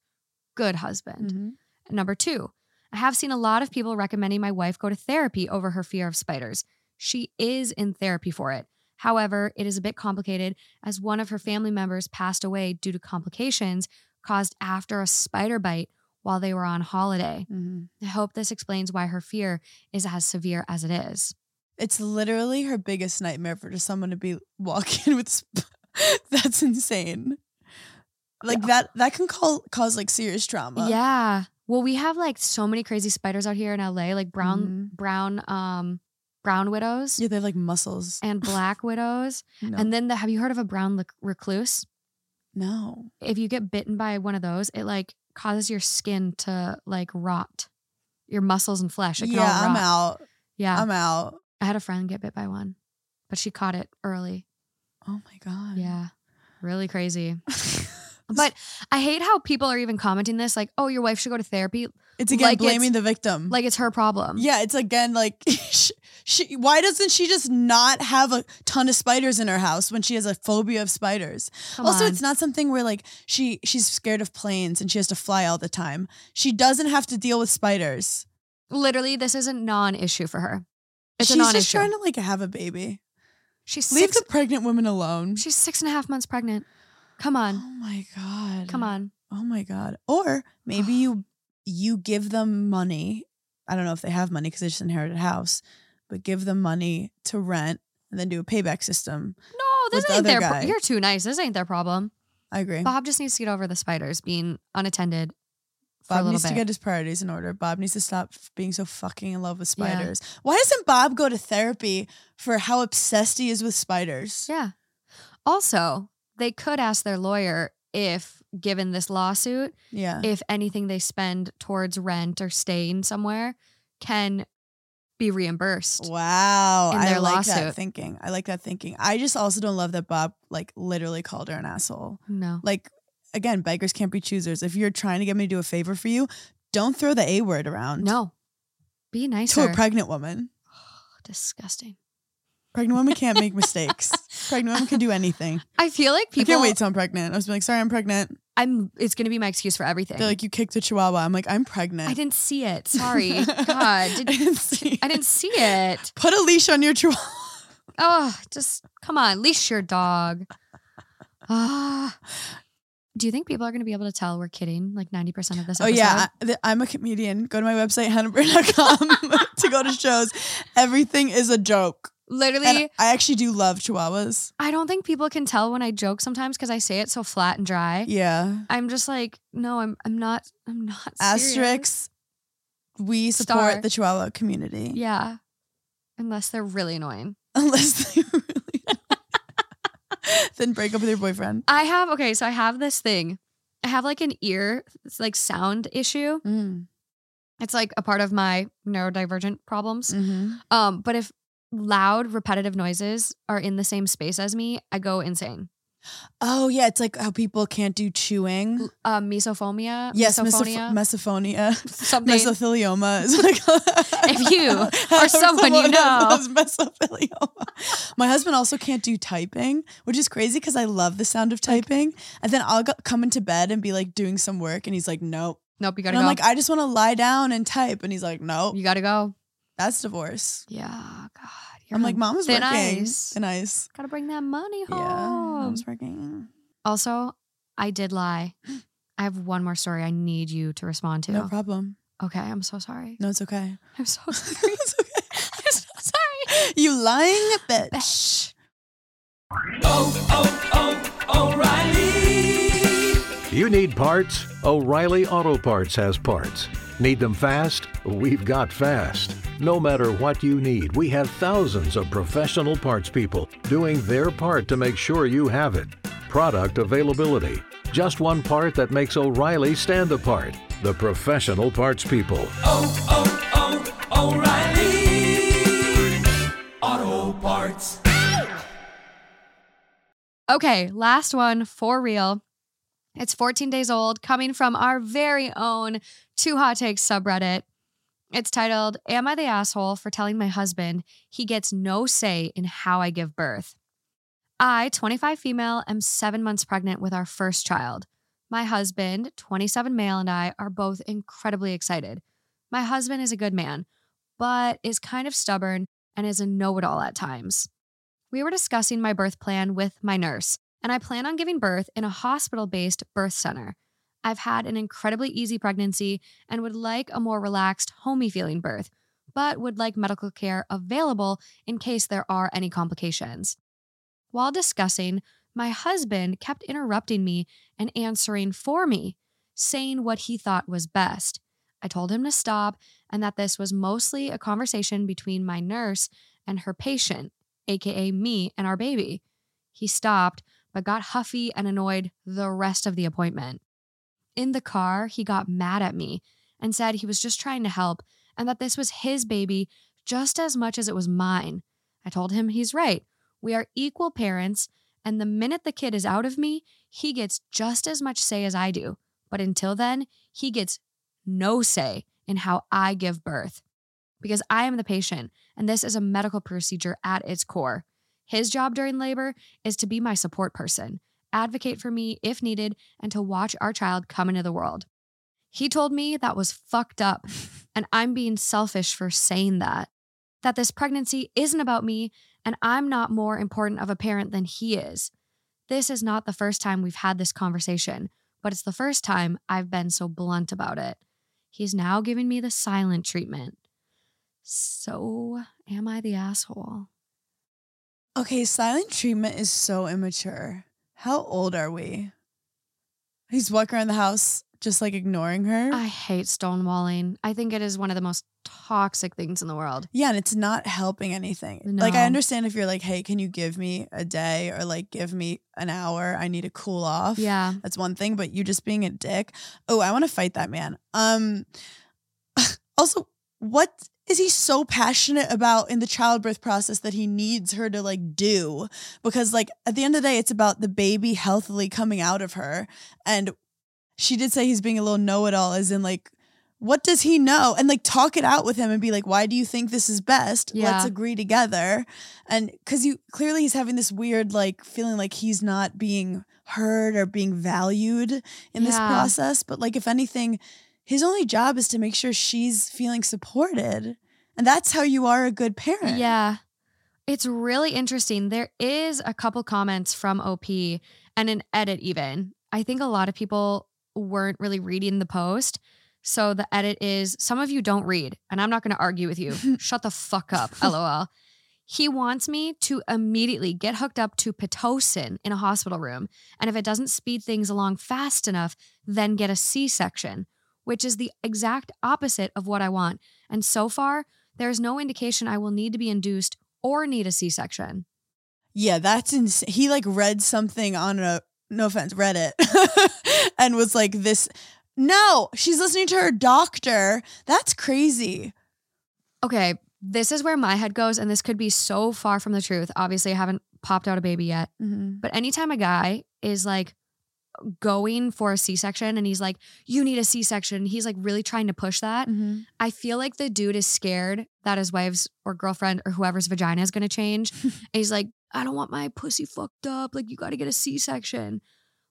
Good husband. Mm-hmm. Number two, I have seen a lot of people recommending my wife go to therapy over her fear of spiders. She is in therapy for it. However, it is a bit complicated as one of her family members passed away due to complications caused after a spider bite while they were on holiday. Mm-hmm. I hope this explains why her fear is as severe as it is. It's literally her biggest nightmare for just someone to be [LAUGHS] walking with. Sp- [LAUGHS] That's insane. Like that that can call, cause like serious trauma. yeah. Well, we have like so many crazy spiders out here in LA, like brown Mhm. brown um brown widows Yeah, they have like muscles. and black widows. No. And then the have you heard of a brown lec- recluse? no. If you get bitten by one of those, it like causes your skin to like rot. Your muscles and flesh. It can Yeah, all rot. I'm out. Yeah. I'm out. I had a friend get bit by one, but she caught it early. Oh my god. Yeah. Really crazy. But I hate how people are even commenting this, like, oh, your wife should go to therapy. [LAUGHS] it's again like it's- blaming the victim. Like, it's her problem. yeah, it's again like [LAUGHS] she, she. Why doesn't she just not have a ton of spiders in her house when she has a phobia of spiders? Come also, on. it's not something where like she she's scared of planes and she has to fly all the time. She doesn't have to deal with spiders. literally, this is a non issue for her. It's a she's non just issue. trying to like have a baby. she's, Leave six, the pregnant women alone. she's six and a half months pregnant. Come [SIGHS] oh on. my god. Come on. Oh my god. Or maybe [SIGHS] you you give them money. I don't know if they have money because they just inherited a house, but give them money to rent and then do a payback system. No, this With the ain't other their guy. problem. You're too nice. This ain't their problem. I agree. Bob just needs to get over the spiders being unattended for a Bob little needs bit. to get his priorities in order. Bob needs to stop f- being so fucking in love with Yeah. spiders. Why doesn't Bob go to therapy for how obsessed he is with spiders? Yeah. Also, they could ask their lawyer if, given this lawsuit, Yeah. if anything they spend towards rent or staying somewhere can be reimbursed. Wow. In I their like that lawsuit. thinking. I like that thinking. I just also don't love that Bob like literally called her an asshole. No. like again beggars can't be choosers if you're trying to get me to do a favor for you don't throw the a word around No. Be to nicer. a pregnant woman Disgusting. pregnant women can't [LAUGHS] make mistakes pregnant women can do anything I feel like people i can't wait till i'm pregnant i was like sorry i'm pregnant I'm it's gonna be my excuse for everything. they're like you kicked a chihuahua i'm like i'm pregnant I didn't see it. [LAUGHS] Sorry. God. i [LAUGHS] Did, didn't see I didn't see it. put a leash on your chihuahua Oh, just come on, leash your [LAUGHS] dog. Ah. Do you think people are going to be able to tell we're kidding like 90% of this Oh episode? yeah, I, th- I'm a comedian. Go to my [LAUGHS] website hannahburn.com [LAUGHS] to go to shows. Everything is a joke. Literally, And I actually do love chihuahuas. I don't think people can tell when I joke sometimes because I say it so flat and dry. Yeah. I'm just like, no, I'm I'm not I'm not serious. Asterix, we support Star. the Chihuahua community. Yeah. Unless they're really annoying. [LAUGHS] Unless they really [LAUGHS] then break up with your boyfriend. I have okay, so I have this thing. I have like an ear it's like sound issue. It's like a part of my neurodivergent problems. Mhm. Um, but if loud repetitive noises are in the same space as me, I go insane. Oh yeah, it's like how people can't do chewing. L- Uh, misophobia, Yes, misophonia, misophonia. mesophonia. something. Mesothelioma [LAUGHS] is like if [LAUGHS] you or someone you know. mesothelioma. My husband also can't do typing, which is crazy because I love the sound of typing. and then I'll go, come into bed and be like doing some work, and he's like, "Nope." nope, you And gotta I'm go. like, "Oh." "I just want to lie down and type," and he's like, "Nope." you gotta go. That's divorce. Yeah, God. I'm like, on mom was thin working. ice. Thin ice. gotta bring that money Yeah. home. Mom's working. Also, I did [GASPS] lie. I have one more story I need you to respond to. No problem. okay, I'm so sorry. No, it's okay. [LAUGHS] [LAUGHS] I'm so sorry. it's okay. I'm so sorry. You lying bitch. You need parts? O'Reilly Auto Parts has parts. Need them fast? We've got fast. No matter what you need, we have thousands of professional parts people doing their part to make sure you have it. Product availability. Just one part that makes O'Reilly stand apart. The professional parts people. Okay, last one for real. It's 14 days old, coming from our very own Two Hot Takes subreddit. It's titled, Am I the Asshole for Telling My Husband He Gets No Say in How I Give Birth? I, 25 female, am seven months pregnant with our first child. My husband, 27 male, and I are both incredibly excited. My husband is a good man, but is kind of stubborn and is a know it all at times. We were discussing my birth plan with my nurse, and I plan on giving birth in a hospital based birth center. I've had an incredibly easy pregnancy and would like a more relaxed, homey feeling birth, but would like medical care available in case there are any complications. While discussing, my husband kept interrupting me and answering for me, saying what he thought was best. I told him to stop and that this was mostly a conversation between my nurse and her patient, AKA me and our baby. He stopped, but got huffy and annoyed the rest of the appointment. In the car, he got mad at me and said he was just trying to help and that this was his baby just as much as it was mine. I told him he's right. We are equal parents, and the minute the kid is out of me, he gets just as much say as I do. But until then, he gets no say in how I give birth because I am the patient and this is a medical procedure at its core. His job during labor is to be my support person, advocate for me if needed, and to watch our child come into the world. He told me that was fucked up and I'm being selfish for saying that. That this pregnancy isn't about me and I'm not more important of a parent than he is. This is not the first time we've had this conversation, but it's the first time I've been so blunt about it. He's now giving me the silent treatment. So, am I the asshole? Okay, silent treatment is so immature. How old are we? He's walking around the house just like ignoring her. I hate stonewalling. I think it is one of the most toxic things in the world. yeah, and it's not helping anything. Like No. I understand if you're like, "Hey, can you give me a day or like give me an hour? I need to cool off." Yeah. That's one thing, but you just being a dick. Oh, I want to fight that man. Um [LAUGHS] also, what is he so passionate about in the childbirth process that he needs her to like do? Because like at the end of the day, it's about the baby healthily coming out of her. And she did say he's being a little know-it-all as in like what does he know? And like talk it out with him and be like, why do you think this is best? Yeah. Let's agree together. And cause you clearly he's having this weird like feeling like he's not being heard or being valued in this Yeah. process. But like if anything, his only job is to make sure she's feeling supported. And that's how you are a good parent. Yeah. It's really interesting. There is a couple comments from OP and an edit, even. I think a lot of people weren't really reading the post. So the edit is some of you don't read, and I'm not going to argue with you. Shut the fuck up, [LAUGHS] lol. He wants me to immediately get hooked up to Pitocin in a hospital room. And if it doesn't speed things along fast enough, then get a C section, which is the exact opposite of what I want. And so far, there is no indication I will need to be induced or need a C section. Yeah, that's insane. He like read something on a no offense Reddit [LAUGHS] and was like this. No, she's listening to her doctor. That's crazy. Okay, this is where my head goes, and this could be so far from the truth. Obviously, I haven't popped out a baby yet, but anytime a guy is like going for a C section and he's like, you need a C section, he's like really trying to push that. I feel like the dude is scared that his wife's or girlfriend or whoever's vagina is going to change. and he's like, I don't want my pussy fucked up. Like, you got to get a C section.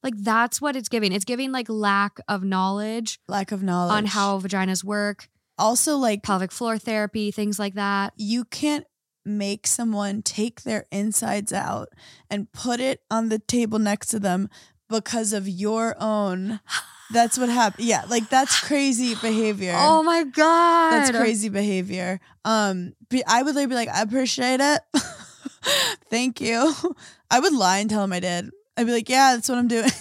Like, that's what it's giving. It's giving like lack of knowledge Lack of knowledge on how vaginas work, Also, like pelvic floor therapy, things like that. you can't make someone take their insides out and put it on the table next to them because of your own. That's what happened. Yeah, like that's crazy behavior. [GASPS] Oh my God. That's crazy behavior. Um, be, I would like be like, I appreciate it. [LAUGHS] Thank you. [LAUGHS] I would lie and tell him I did. I'd be like, yeah, that's what I'm doing.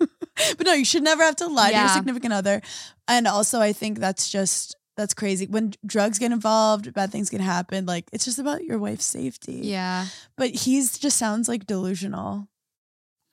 [LAUGHS] but no, you should never have to lie to Yeah. your significant other. And also, I think that's just that's crazy. When drugs get involved, bad things can happen. Like it's just about your wife's safety. Yeah. But he's just sounds like delusional.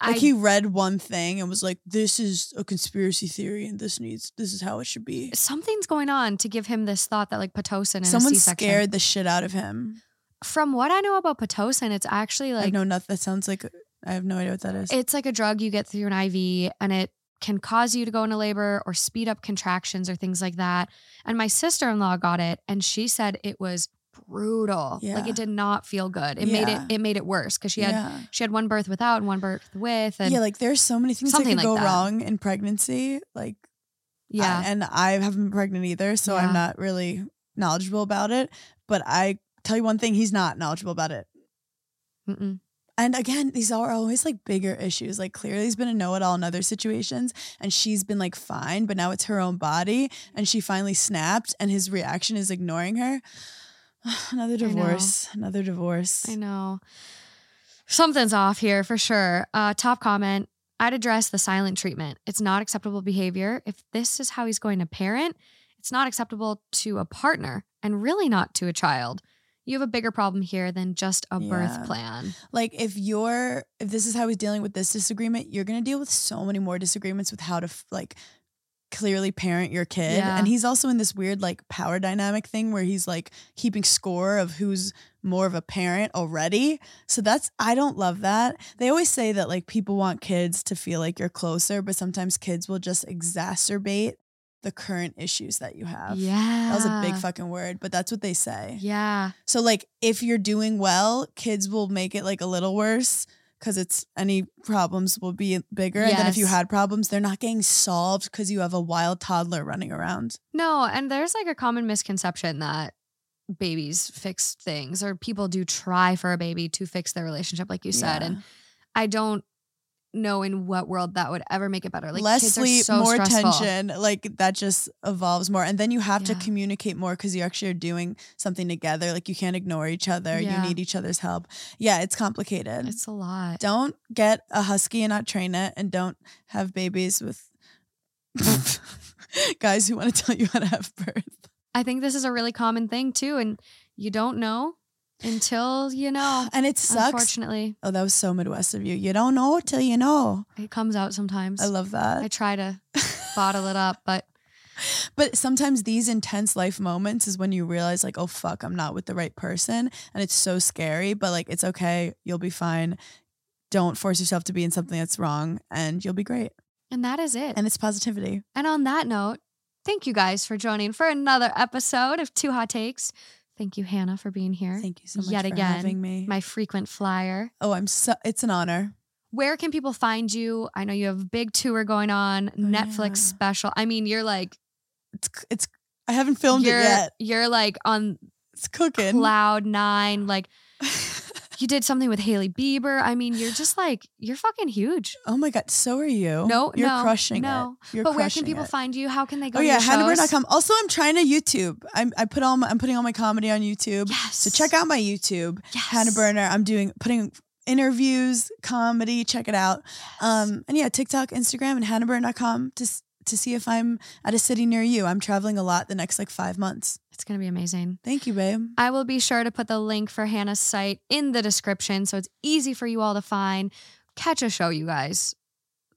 I, Like he read one thing and was like, this is a conspiracy theory, and this needs this is how it should be. something's going on to give him this thought that like Pitocin and a Someone C-section. scared the shit out of him. From what I know about Pitocin, it's actually I like know nothing. That sounds like I have no idea what that is. It's like a drug you get through an IV and it can cause you to go into labor or speed up contractions or things like that. And my sister in law got it and she said it was brutal. Like Yeah. it did not feel good. It made it Yeah. it made it worse because she had yeah. she had one birth without and one birth with and yeah, yeah, like there's so many things that something like could go that. wrong in pregnancy. Like I- and I haven't been pregnant either, so Yeah. I'm not really knowledgeable about it. But I tell you one thing, he's not knowledgeable about it. Mm-mm. And again, these are always like bigger issues. Like clearly he's been a know-it-all in other situations and she's been like fine, but now it's her own body and she finally snapped and his reaction is ignoring her. [SIGHS] another know. divorce. Another divorce. I know something's off here for sure. Uh, top comment. I'd address the silent treatment. It's not acceptable behavior. If this is how he's going to parent, it's not acceptable to a partner and really not to a child. You have a bigger problem here than just a birth Yeah. plan. Like if you're if this is how he's dealing with this disagreement, you're gonna deal with so many more disagreements with how to f- like clearly parent your kid. Yeah. And he's also in this weird like power dynamic thing where he's like keeping score of who's more of a parent already. So that's I don't love that. They always say that like people want kids to feel like you're closer, but sometimes kids will just exacerbate the current issues that you have. Yeah. That was a big fucking word, but that's what they say. Yeah. So like if you're doing well, kids will make it like a little worse because it's any problems will be bigger. And then if you Yes. had problems, they're not getting solved because you have a wild toddler running around. No, and there's like a common misconception that babies fix things or people do try for a baby to fix their relationship, like you said. And I don't know in what world that would ever make it better. Like less kids are sleep, so more stressful. tension. Like that just evolves more. And then you have Yeah. to communicate more because you actually are doing something together. Like you can't ignore each other. Yeah. You need each other's help. Yeah, it's complicated. It's a lot. don't get a husky and not train it and don't have babies with [LAUGHS] guys who want to tell you how to have birth I think this is a really common thing too, and you don't know until you know. [GASPS] and it [SIGHS] sucks Unfortunately, oh that was so midwest of you you don't know till you know it comes out sometimes. i love I that try to bottle it up, but [LAUGHS] but sometimes these intense life moments is when you realize like oh fuck i'm not with the right person and it's so scary but like it's okay you'll be fine don't force yourself to be in something that's wrong and you'll be great and that is it. and it's positivity And on that note, thank you guys for joining for another episode of Two Hot Takes. Thank you, Hannah, for being here, thank you so much Yet for again, having me my frequent flyer. oh i'm so it's an honor Where can people find you? I know you have a big tour going on, Netflix Oh, yeah. special. I mean, you're like It's c- it's I haven't filmed you're it yet. you're like on It's cooking. cloud nine. Like you did something with Haley Bieber. I mean, you're just like you're fucking huge. [LAUGHS] oh my god, so are you. No, you're no, crushing no. it. You're but where crushing can people it. find you? How can they go? Oh yeah, to your shows? hannahbert.com. Also, I'm trying to YouTube. I'm I put all my, I'm putting all my comedy on YouTube. Yes. So check out my YouTube, Yes. Hannah Burner. I'm doing putting interviews, comedy. Check it out. Um and yeah, TikTok, Instagram, and hannahburner.com to s- to see if I'm at a city near you. I'm traveling a lot the next like five months. It's gonna be amazing. Thank you, babe. I will be sure to put the link for Hannah's site in the description so it's easy for you all to find. Catch a show, you guys.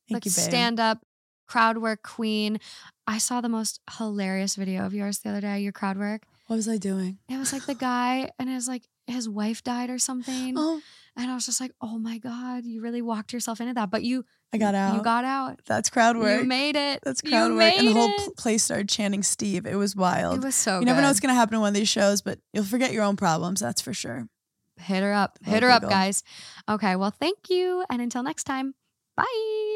Thank like you, babe. stand up, crowd work queen. I saw the most hilarious video of yours the other day, your crowd work. what was I doing? It was [GASPS] like the guy and it was like his wife died or something. Oh, And I was just like, oh my God, you really walked yourself into that. But you I got out. You got out. That's crowd work. You made it. That's You crowd work. And the made whole it. pl- place started chanting Steve. It was wild. It was so you never know good. what's going to happen in one of these shows, but you'll forget your own problems. That's for sure. Hit her up. Love Hit her you, up, girl. guys. Okay. Well, thank you. And until next time, bye.